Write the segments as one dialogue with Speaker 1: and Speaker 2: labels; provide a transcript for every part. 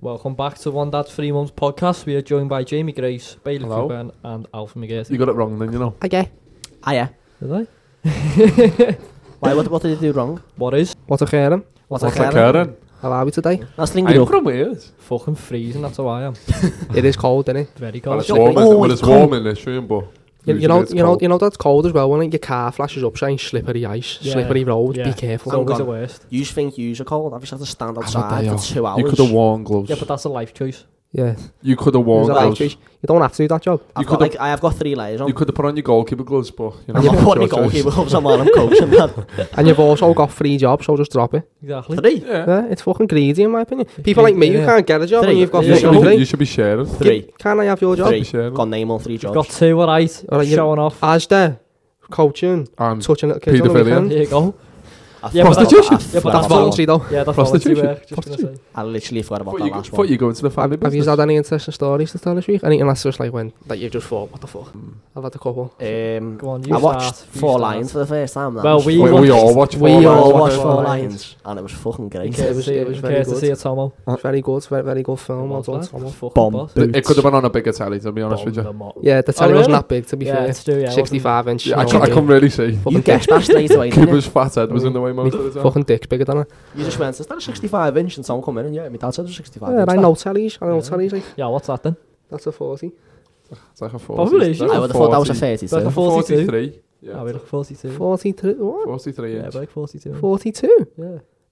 Speaker 1: Welcome back to One Dad Three Mums podcast. We are joined by Jamie Grace, Bailey
Speaker 2: Hello.
Speaker 1: Cuban, and Alfie McGearty.
Speaker 2: You got it wrong then, you know.
Speaker 3: Okay. Ah, yeah.
Speaker 1: Did I?
Speaker 3: Why, what, what did they do wrong?
Speaker 1: what is?
Speaker 4: What a Karen.
Speaker 3: What's
Speaker 2: What's a Karen?
Speaker 4: How are we today?
Speaker 3: That's Lingy
Speaker 2: I'm
Speaker 3: Rook.
Speaker 2: from Wales.
Speaker 1: Fucking freezing, that's how I am.
Speaker 4: it is cold, isn't it?
Speaker 1: Very cold.
Speaker 2: Well, it's warm, isn't it?
Speaker 3: Oh,
Speaker 2: Well,
Speaker 3: it's
Speaker 2: it's warm in this room, but...
Speaker 4: You, you
Speaker 2: usually
Speaker 4: know,
Speaker 2: it's
Speaker 4: you know,
Speaker 2: cold.
Speaker 4: you know that's cold as well. When your car flashes up saying slippery ice,
Speaker 1: Yeah,
Speaker 4: slippery road.
Speaker 1: yeah.
Speaker 4: Be
Speaker 1: It's
Speaker 4: careful.
Speaker 3: Oh,
Speaker 1: always
Speaker 3: God.
Speaker 1: the worst.
Speaker 3: You think you are cold. I've just had to stand
Speaker 4: what
Speaker 3: outside
Speaker 4: they
Speaker 3: for
Speaker 4: are.
Speaker 3: two hours.
Speaker 2: You could have worn gloves.
Speaker 1: Yeah, but that's a life choice.
Speaker 4: Yeah,
Speaker 2: You could have
Speaker 4: Is
Speaker 2: worn
Speaker 4: that
Speaker 3: Well,
Speaker 4: right,
Speaker 2: gloves.
Speaker 4: Trish? you don't have to do that job.
Speaker 3: I've
Speaker 2: you
Speaker 3: got,
Speaker 2: could've-
Speaker 3: like, I have got three layers on.
Speaker 2: You could have put on your goalkeeper gloves, but... You know,
Speaker 3: I'm not
Speaker 2: it's
Speaker 3: putting
Speaker 2: your
Speaker 3: a goalkeeper
Speaker 2: choice.
Speaker 3: gloves on while I'm coaching. man.
Speaker 4: And you've also got free jobs, so just drop it.
Speaker 1: Exactly.
Speaker 3: Three.
Speaker 2: Yeah.
Speaker 4: Yeah, it's fucking greedy in my opinion. People like me who
Speaker 1: Yeah.
Speaker 4: can't get a job
Speaker 3: Three.
Speaker 4: and you've got
Speaker 2: You
Speaker 3: Yeah.
Speaker 4: fucking
Speaker 2: should, be,
Speaker 4: three.
Speaker 2: you should be sharing. You
Speaker 3: Three.
Speaker 4: Can I have your job?
Speaker 2: should be
Speaker 3: Three.
Speaker 2: sharing.
Speaker 3: Got name on three jobs.
Speaker 1: Got two, alright.
Speaker 4: All right, you-
Speaker 1: Showing off.
Speaker 4: As there, coaching,
Speaker 2: And
Speaker 4: touching little kids on the
Speaker 2: paedophilia.
Speaker 4: weekend.
Speaker 1: There you go.
Speaker 3: I
Speaker 1: Yeah,
Speaker 3: forgot
Speaker 1: but
Speaker 3: about-
Speaker 2: Prostitution.
Speaker 1: Yeah,
Speaker 3: I
Speaker 1: but
Speaker 3: forgot
Speaker 1: that's
Speaker 4: That's
Speaker 3: about that
Speaker 4: voluntary though.
Speaker 1: Yeah, that's
Speaker 2: Prostitution.
Speaker 1: voluntary work. Just gonna say.
Speaker 3: one. I literally forgot about
Speaker 2: Thought
Speaker 3: that
Speaker 2: you,
Speaker 3: last
Speaker 2: thought
Speaker 3: one.
Speaker 2: you go into the family
Speaker 4: Have, have you
Speaker 2: business.
Speaker 4: had any interesting stories to tell this week? Any unless just like when that you've just thought, what the fuck? I've had a couple.
Speaker 3: Um,
Speaker 1: Go on, you
Speaker 3: I watched
Speaker 1: start, you
Speaker 3: Four
Speaker 1: start.
Speaker 3: Lions for the first time. that
Speaker 1: Well,
Speaker 3: was
Speaker 1: we
Speaker 3: fucking-
Speaker 2: we, we
Speaker 1: watched-
Speaker 2: all watch
Speaker 4: we
Speaker 2: Four
Speaker 3: we
Speaker 4: all
Speaker 3: all
Speaker 2: Lions.
Speaker 3: watched Four
Speaker 1: Lions.
Speaker 3: Lions, and it was fucking
Speaker 1: In
Speaker 4: Yeah.
Speaker 3: great.
Speaker 1: case
Speaker 4: It was-
Speaker 1: to see-
Speaker 4: it was
Speaker 1: in
Speaker 4: very
Speaker 1: case to
Speaker 4: good.
Speaker 1: see a Tomo.
Speaker 4: Very good, very, very good film. Well
Speaker 1: Well
Speaker 4: done,
Speaker 1: done.
Speaker 4: Tomo.
Speaker 1: Fucking
Speaker 3: Bomb.
Speaker 1: boss.
Speaker 2: It it could have been on a bigger telly, to be honest with you.
Speaker 1: Bomb them up.
Speaker 4: Yeah,
Speaker 1: Oh,
Speaker 4: the telly wasn't
Speaker 1: really?
Speaker 4: that big to be
Speaker 1: Yeah,
Speaker 4: fair.
Speaker 1: it's true, yeah. it wasn't-
Speaker 4: 65 inch.
Speaker 2: Yeah,
Speaker 4: you
Speaker 2: I,
Speaker 4: know
Speaker 2: c- I
Speaker 4: what I
Speaker 2: can really see.
Speaker 3: You
Speaker 4: Fucking dick.
Speaker 3: guessed that straight away, didn't you?
Speaker 2: Cuba's fat head was in the way most of the time.
Speaker 4: Fucking dick's bigger than it.
Speaker 3: You just went, is that a 65 inch? And someone come in and, yeah, my dad said it was 65
Speaker 4: Yeah,
Speaker 3: inch.
Speaker 4: I
Speaker 3: that."
Speaker 4: know tellies. I know
Speaker 1: Yeah.
Speaker 4: tellies. Like,
Speaker 1: Yeah, what's that then?
Speaker 4: that's a 40.
Speaker 2: It's like a 40.
Speaker 1: Population.
Speaker 2: It's like
Speaker 3: I
Speaker 2: a
Speaker 3: would have thought that was a
Speaker 2: 40.
Speaker 3: 30,
Speaker 1: Like a
Speaker 3: so.
Speaker 1: 42.
Speaker 2: 43.
Speaker 1: Yeah,
Speaker 2: Yeah.
Speaker 1: we're 42.
Speaker 4: 43. What?
Speaker 2: 43
Speaker 1: Yeah,
Speaker 2: inch.
Speaker 1: we're like 42.
Speaker 4: 42?
Speaker 1: Yeah.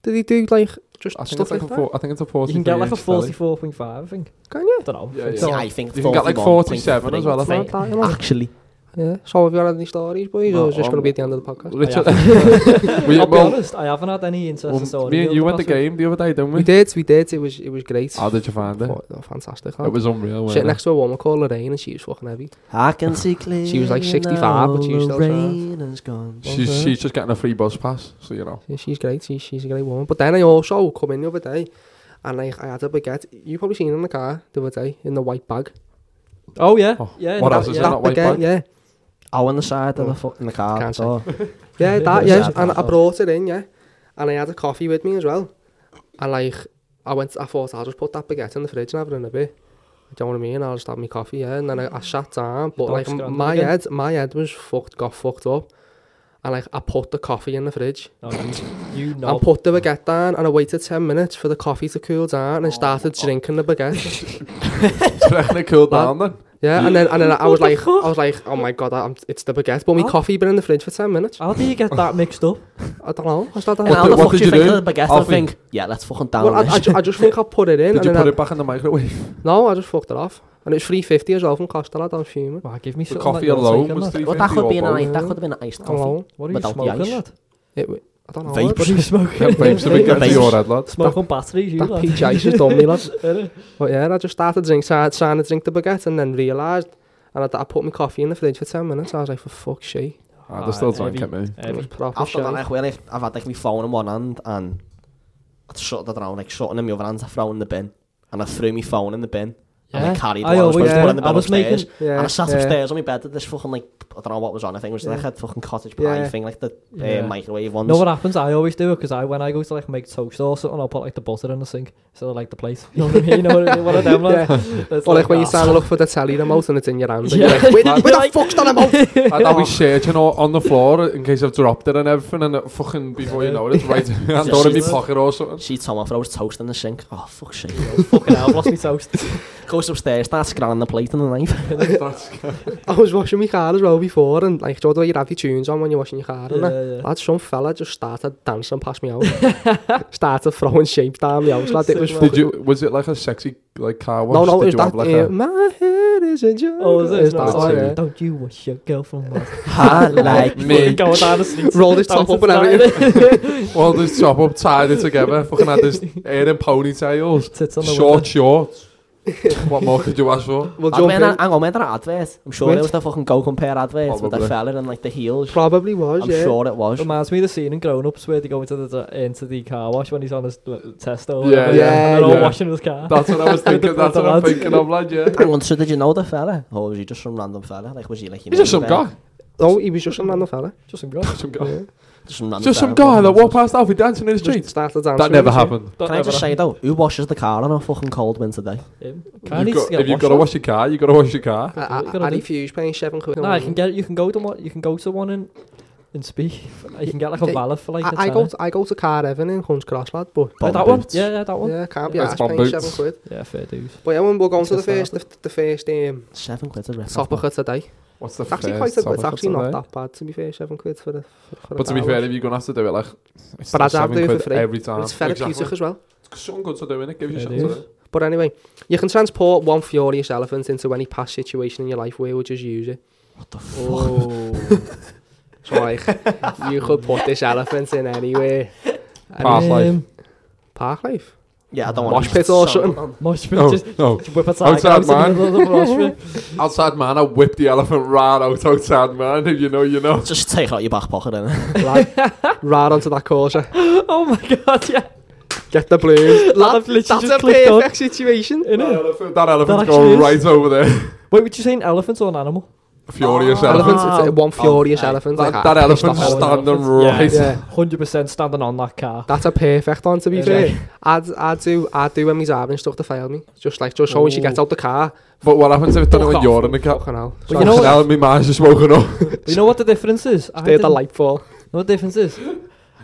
Speaker 4: Did he do like just
Speaker 2: I think, it's
Speaker 4: stuff
Speaker 2: like
Speaker 4: like
Speaker 2: a
Speaker 4: that?
Speaker 2: four, I think it's a
Speaker 1: You
Speaker 2: 43
Speaker 1: can get like a
Speaker 2: inch telly.
Speaker 1: 44.5, I think.
Speaker 4: Can you?
Speaker 1: I don't know.
Speaker 2: Yeah,
Speaker 1: It's
Speaker 2: yeah.
Speaker 1: all-
Speaker 3: Yeah, I think
Speaker 2: You can get like 47 as well, I
Speaker 4: Something
Speaker 2: think.
Speaker 4: like that, you know?
Speaker 3: Actually,
Speaker 4: Yeah. So have you had any stories, boys,
Speaker 2: No,
Speaker 4: or is this
Speaker 2: um,
Speaker 4: going to be at the end of the podcast?
Speaker 2: Literally.
Speaker 1: I
Speaker 2: we,
Speaker 1: I'll be
Speaker 2: well,
Speaker 1: honest, I haven't had any interesting
Speaker 2: well,
Speaker 1: stories.
Speaker 2: me and
Speaker 1: over
Speaker 2: you went the
Speaker 1: past week.
Speaker 2: game the other day, didn't
Speaker 4: We
Speaker 2: we?
Speaker 4: did, we did. It was it was great.
Speaker 2: How did you find it?
Speaker 4: Thought- oh, fantastic.
Speaker 2: It was unreal. wasn't
Speaker 4: Sitting
Speaker 2: it?
Speaker 4: next to a woman called Lorraine and she was fucking heavy.
Speaker 3: I can see clear.
Speaker 4: She was like 65, but she was still
Speaker 3: The
Speaker 4: trans.
Speaker 3: rain has gone.
Speaker 2: She's, she's just getting a free bus pass, so you know.
Speaker 4: Yeah, she's great. She, she's a great woman. But then I also come in the other day and I, I had a baguette. You probably seen it in the car the other day in the white bag.
Speaker 1: Oh, yeah.
Speaker 2: Oh,
Speaker 1: yeah
Speaker 2: what
Speaker 1: no,
Speaker 2: else is
Speaker 1: yeah.
Speaker 2: that? white
Speaker 4: baguette,
Speaker 2: bag?
Speaker 4: Yeah.
Speaker 3: Oh, on the side of the foot in the car.
Speaker 4: Can't
Speaker 3: so-
Speaker 4: Yeah, that,
Speaker 1: Yeah,
Speaker 4: yes.
Speaker 1: yeah,
Speaker 4: And I
Speaker 1: that's all.
Speaker 4: brought it in, yeah. And I had a coffee with me as well. And like, I went, I thought I'll just put that baguette in the fridge and have it in a bit. Do you know what I mean? I'll just have my coffee, yeah. And then I, I sat down, but
Speaker 1: dog
Speaker 4: like,
Speaker 1: scrambled
Speaker 4: my
Speaker 1: again?
Speaker 4: head, my head was fucked, got fucked up. And like, I put the coffee in the fridge
Speaker 1: No, you- you
Speaker 4: no.
Speaker 1: know.
Speaker 4: and put the baguette down and I waited 10 minutes for the coffee to cool down and
Speaker 3: Oh,
Speaker 4: started
Speaker 3: my God.
Speaker 4: drinking the baguette.
Speaker 2: Do you reckon it cooled down then?
Speaker 4: yeah, and then and then I
Speaker 1: What
Speaker 4: was
Speaker 1: the
Speaker 4: like,
Speaker 1: fuck?
Speaker 4: I was like, oh my God, I'm, it's the baguette. But my
Speaker 1: Huh?
Speaker 4: coffee been in the fridge for 10 minutes.
Speaker 1: How do you get that mixed up?
Speaker 4: I don't know. I started
Speaker 3: And how
Speaker 2: did-
Speaker 3: the
Speaker 2: what
Speaker 3: fuck
Speaker 2: did
Speaker 3: do
Speaker 2: you
Speaker 3: you think
Speaker 2: do?
Speaker 3: of the baguette? I
Speaker 2: Alfie?
Speaker 3: think, yeah, let's fucking down
Speaker 4: Well, I,
Speaker 3: this.
Speaker 4: I, ju- I just think I put it in.
Speaker 2: Did
Speaker 4: and
Speaker 2: you
Speaker 4: then
Speaker 2: put
Speaker 4: I,
Speaker 2: it back in the microwave?
Speaker 4: No, I just fucked it off. And it was 350 as well from Costa lad, I was fuming.
Speaker 1: Wow, give me
Speaker 2: The
Speaker 1: something like
Speaker 2: coffee
Speaker 1: you're
Speaker 2: alone
Speaker 1: taking
Speaker 2: was
Speaker 1: that.
Speaker 2: 350
Speaker 3: Well, that could be an
Speaker 2: or
Speaker 3: ice.
Speaker 2: both.
Speaker 3: That could have been an iced coffee.
Speaker 4: Hello.
Speaker 1: What are you
Speaker 3: Without the
Speaker 1: smoking,
Speaker 3: ice.
Speaker 1: lad?
Speaker 4: It, w- I don't know.
Speaker 3: Vapes.
Speaker 4: What
Speaker 1: What are you
Speaker 2: Them vapes have
Speaker 1: smoking?
Speaker 2: been
Speaker 3: Vapes.
Speaker 2: getting to your head, lads.
Speaker 1: Smoking batteries, you
Speaker 4: that
Speaker 1: lad.
Speaker 4: peach ice has done me, lads.
Speaker 1: Innit?
Speaker 4: But yeah, I just started drink, started trying to drink the baguette and then realised. And I, I put my coffee in the fridge for 10 minutes. I was like, for fuck's sake.
Speaker 2: Ah, they're still
Speaker 1: Ah,
Speaker 2: drunk at me.
Speaker 4: It was
Speaker 1: Heavy.
Speaker 4: proper
Speaker 3: After that,
Speaker 4: shite.
Speaker 3: like, well, like, I've had like my phone in one hand and I'd shut it down, like shutting in my other hand, I throw in the bin. And I threw my phone in the bin.
Speaker 1: Yeah.
Speaker 3: And I carried
Speaker 1: I
Speaker 3: what I was
Speaker 1: always-
Speaker 3: supposed to put in the
Speaker 1: yeah, I
Speaker 3: bin
Speaker 1: was making-
Speaker 3: upstairs.
Speaker 4: Yeah,
Speaker 2: Eh,
Speaker 3: And I sat
Speaker 4: yeah.
Speaker 3: upstairs on my bed at this fucking like I don't know what was on. I think it was
Speaker 4: Yeah.
Speaker 3: like a fucking cottage pie
Speaker 4: Yeah.
Speaker 3: thing, like the uh,
Speaker 1: Yeah.
Speaker 3: microwave ones.
Speaker 1: Know
Speaker 2: Nou,
Speaker 1: what happens? I always do it because I when I go to like make toast or something, I'll put like the butter in the sink so I like the plate. You know what I mean? You know what I mean? One of them. Like, it's
Speaker 4: Or like when you
Speaker 1: ah.
Speaker 4: stand and look for the telly remote and it's in your hand. and
Speaker 1: Yeah.
Speaker 4: You're like, where,
Speaker 1: You're
Speaker 4: where the
Speaker 1: like-
Speaker 4: fuck's that remote?
Speaker 2: I'd, I'll be searching o- on the floor in case I've dropped it and everything, and it fucking before you know it, it's right hand door in my pocket or something.
Speaker 3: See Tom off, I was toast in the sink. Oh fuck shit.
Speaker 1: Fucking hell, I've lost my toast.
Speaker 3: Goes upstairs, starts scanning the plate and the knife.
Speaker 2: That's
Speaker 4: I was washing my car as well before and like, do you know the way you have your tunes on when you're washing your car? and that?
Speaker 1: yeah.
Speaker 4: Lad, some fella e just started dancing past me out. started throwing shapes down me out. Lad, it was
Speaker 1: Sick,
Speaker 4: fucking...
Speaker 2: Did you? Was it like a sexy like car wash?
Speaker 4: No, no, it
Speaker 2: Did
Speaker 4: was
Speaker 2: you have
Speaker 4: that...
Speaker 2: like
Speaker 4: uh,
Speaker 2: a?
Speaker 4: My head is a jungle.
Speaker 1: Oh, is it?
Speaker 4: It's
Speaker 1: No,
Speaker 4: that
Speaker 2: it's
Speaker 4: song,
Speaker 2: not.
Speaker 4: yeah.
Speaker 1: Don't you wish your girlfriend was
Speaker 3: Hot like
Speaker 2: Me.
Speaker 1: going down the street?
Speaker 4: Rolled his top up and everything.
Speaker 2: Well, this top up, tied it together, fucking had this hair in ponytails,
Speaker 1: Tits on the
Speaker 2: short shorts. what more could you ask for?
Speaker 4: We'll
Speaker 3: Hang
Speaker 4: jump
Speaker 3: on,
Speaker 4: in.
Speaker 3: hang on, when that advert? I'm sure
Speaker 4: Wait.
Speaker 3: it was the fucking go compare advert with
Speaker 2: Probably.
Speaker 3: the fella and like the heels.
Speaker 4: Probably was,
Speaker 3: I'm
Speaker 4: yeah.
Speaker 3: sure it was.
Speaker 1: Reminds me of the scene in Grown Ups where they go into the into the car wash when he's on his l- test or
Speaker 2: Yeah,
Speaker 1: whatever,
Speaker 4: yeah,
Speaker 1: and they're all
Speaker 2: yeah.
Speaker 1: washing his car.
Speaker 2: That's what I was thinking. that's what I'm thinking of, lad. Yeah.
Speaker 3: nou Oh, Hang on, so did you know the fella? Or was he just some random fella? Like was he like you
Speaker 2: He's
Speaker 3: know,
Speaker 2: just some
Speaker 3: uh,
Speaker 2: guy.
Speaker 4: No, Oh, he was just a random fella.
Speaker 1: Just some guy.
Speaker 2: Some guy.
Speaker 4: Yeah.
Speaker 3: Just some, random
Speaker 2: Just some
Speaker 3: guy
Speaker 2: guy that
Speaker 3: walks-
Speaker 2: walked past Alfie dancing in the
Speaker 4: Just
Speaker 2: street.
Speaker 4: started dancing.
Speaker 2: That
Speaker 4: with
Speaker 2: never
Speaker 4: us, yeah.
Speaker 2: happened.
Speaker 3: Can I just say though, who washes the car on a fucking cold winter day?
Speaker 1: Can
Speaker 2: You've got-
Speaker 1: get
Speaker 2: if you've
Speaker 1: washed
Speaker 2: got to
Speaker 1: up.
Speaker 2: wash your car, you've got to wash your car.
Speaker 4: I,
Speaker 1: What you
Speaker 4: I,
Speaker 1: gonna
Speaker 4: I
Speaker 1: do?
Speaker 4: refuse paying seven quid.
Speaker 1: Nah, you can get you can go to one you can go to one in in Spee. You can get like a
Speaker 4: Yeah,
Speaker 1: valet for like a
Speaker 4: I, I
Speaker 1: tenner.
Speaker 4: go to, I go to Car Evan in Hunts Cross, lad,
Speaker 1: Oh,
Speaker 4: but
Speaker 3: Bomb
Speaker 1: that one.
Speaker 3: boots.
Speaker 1: Yeah, yeah, that one. Yeah,
Speaker 4: yeah, can't be
Speaker 2: It's
Speaker 4: asked
Speaker 2: Bob
Speaker 4: paying
Speaker 2: Boots.
Speaker 4: seven quid.
Speaker 1: fair dues.
Speaker 4: But yeah, when we're going to the
Speaker 1: Let's get
Speaker 4: first, the, the first um,
Speaker 3: Seven quid to rip. off
Speaker 4: topic
Speaker 3: that.
Speaker 4: of today.
Speaker 2: What's the
Speaker 4: It's actually
Speaker 2: first
Speaker 4: quite a,
Speaker 2: topic
Speaker 4: it's actually
Speaker 2: for
Speaker 4: not
Speaker 2: today?
Speaker 4: that bad to be fair, seven quid for the. For, for
Speaker 2: But
Speaker 4: a
Speaker 2: to be
Speaker 4: car
Speaker 2: fair,
Speaker 4: wash.
Speaker 2: if you're gonna have to do it, like it's
Speaker 4: But I'd
Speaker 2: still
Speaker 4: have
Speaker 2: seven
Speaker 4: to do it
Speaker 2: quid
Speaker 4: for free.
Speaker 2: every time.
Speaker 4: it's therapeutic
Speaker 2: Exactly.
Speaker 4: as well.
Speaker 2: It's something good to do, innit? Give you
Speaker 1: It
Speaker 2: shit
Speaker 1: is.
Speaker 2: to do.
Speaker 4: But anyway, you can transport one furious elephant into any past situation in your life where you just use it.
Speaker 3: What the fuck?
Speaker 1: Oh,
Speaker 4: So like, you could put this elephant in anywhere. Any
Speaker 2: Park life.
Speaker 1: Um,
Speaker 4: Park life.
Speaker 3: Yeah, I don't want
Speaker 4: Mosh pit or something.
Speaker 1: Mosh pit
Speaker 2: No,
Speaker 1: just
Speaker 2: no.
Speaker 1: whip a tag
Speaker 2: Outside
Speaker 1: out in the
Speaker 2: man.
Speaker 1: middle of the mosh pit.
Speaker 2: Outside man, I whip the elephant right out outside man. If you know, you know.
Speaker 3: Just take out your back pocket and
Speaker 4: Lad, right onto that corner.
Speaker 1: Oh my god, yeah.
Speaker 4: Get the balloon.
Speaker 1: I've literally
Speaker 4: that's
Speaker 1: just
Speaker 4: a
Speaker 1: clicked on.
Speaker 4: perfect situation.
Speaker 2: That,
Speaker 1: In it.
Speaker 2: elephant, that elephant's
Speaker 1: actually
Speaker 2: going
Speaker 1: is.
Speaker 2: right over there.
Speaker 1: Wait, would you say an elephant or an animal?
Speaker 2: Furious
Speaker 3: Ah.
Speaker 2: elephant.
Speaker 4: Elephants, it's uh, one furious
Speaker 3: okay.
Speaker 4: elephant.
Speaker 2: That,
Speaker 4: like,
Speaker 2: that
Speaker 4: ah,
Speaker 2: elephant's
Speaker 1: off.
Speaker 2: standing
Speaker 1: Yeah.
Speaker 2: right.
Speaker 4: Yeah.
Speaker 1: Hundred percent standing on that car.
Speaker 4: That's a perfect one to be
Speaker 1: Yeah.
Speaker 4: fair. I'd, I'd do I'd do when my driving instructor failed me. Just like just so when she
Speaker 1: Ooh.
Speaker 4: gets out the car.
Speaker 2: But what happens if it's done it
Speaker 4: fuck
Speaker 2: when
Speaker 4: off.
Speaker 2: you're in the car?
Speaker 4: Fucking hell.
Speaker 1: But you know
Speaker 2: Fucking
Speaker 1: what?
Speaker 2: hell, my mind's just woken up.
Speaker 1: But you know what the difference is? I
Speaker 4: They had the
Speaker 1: didn't-
Speaker 4: light fall.
Speaker 1: know what the difference is?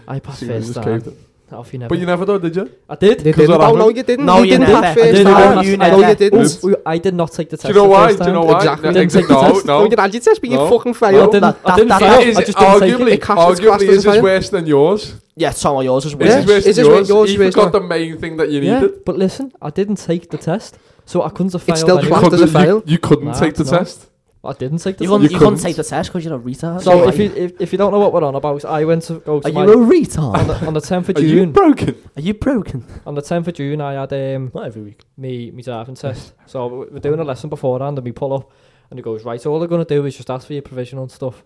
Speaker 1: I passed
Speaker 2: See, we
Speaker 1: first
Speaker 2: just
Speaker 1: time.
Speaker 2: caved it.
Speaker 1: Off you never.
Speaker 2: But you never though, did you?
Speaker 1: I did.
Speaker 4: They
Speaker 2: 'Cause what
Speaker 4: didn't. Oh, no,
Speaker 2: happened?
Speaker 4: you didn't.
Speaker 3: No,
Speaker 4: you
Speaker 3: you
Speaker 4: didn't
Speaker 3: never.
Speaker 4: pass
Speaker 3: I
Speaker 4: first
Speaker 3: didn't.
Speaker 4: time.
Speaker 3: No, you
Speaker 4: No,
Speaker 3: never.
Speaker 4: you didn't.
Speaker 1: Ooh, I did not take the test.
Speaker 2: Do you know
Speaker 1: the
Speaker 2: why?
Speaker 1: first
Speaker 2: Do you know
Speaker 1: time.
Speaker 2: why?
Speaker 4: Exactly.
Speaker 2: No,
Speaker 1: Didn't take the
Speaker 2: no,
Speaker 1: test.
Speaker 4: No,
Speaker 2: no.
Speaker 4: you didn't. I just said, but you
Speaker 2: No.
Speaker 4: fucking
Speaker 1: I
Speaker 4: failed.
Speaker 1: didn't,
Speaker 3: That-
Speaker 1: I didn't
Speaker 3: that-
Speaker 1: fail.
Speaker 3: that
Speaker 1: I
Speaker 2: Is it
Speaker 1: just didn't take
Speaker 2: arguably,
Speaker 1: it.
Speaker 4: It counts as
Speaker 2: arguably, is
Speaker 4: classed as
Speaker 2: is
Speaker 4: failure.
Speaker 2: worse than yours.
Speaker 3: Yeah, Tom, or yours dus is
Speaker 2: This is
Speaker 4: Yeah.
Speaker 3: worse.
Speaker 2: worse
Speaker 4: Is
Speaker 2: than
Speaker 4: it
Speaker 2: yours.
Speaker 4: yours
Speaker 2: You
Speaker 4: worse
Speaker 2: forgot the
Speaker 4: than-
Speaker 2: main thing that you
Speaker 1: Yeah,
Speaker 2: needed.
Speaker 1: but listen, I didn't take the test, so I couldn't have failed.
Speaker 4: It's still
Speaker 1: anyway.
Speaker 2: You
Speaker 4: Classed as a
Speaker 2: couldn't, you,
Speaker 4: fail?
Speaker 2: you couldn't
Speaker 1: Nah,
Speaker 2: take the
Speaker 1: no.
Speaker 2: test.
Speaker 1: I didn't take the
Speaker 3: You
Speaker 1: test.
Speaker 3: couldn't, you couldn't
Speaker 2: couldn't.
Speaker 3: take the test because you're a retard.
Speaker 1: So
Speaker 3: Like,
Speaker 1: if you if, if you don't know what we're on about, I went to go to
Speaker 3: are you
Speaker 1: my
Speaker 3: a
Speaker 1: on,
Speaker 3: retard?
Speaker 1: the, on the 10th of
Speaker 2: Are you
Speaker 1: June.
Speaker 2: broken?
Speaker 3: Are you broken?
Speaker 1: On the 10th of June, I had um
Speaker 3: Not every week.
Speaker 1: me me driving test. So we- we're doing a lesson beforehand, and we pull up, and he goes, "Right, all they're gonna do is just ask for your provisional and stuff."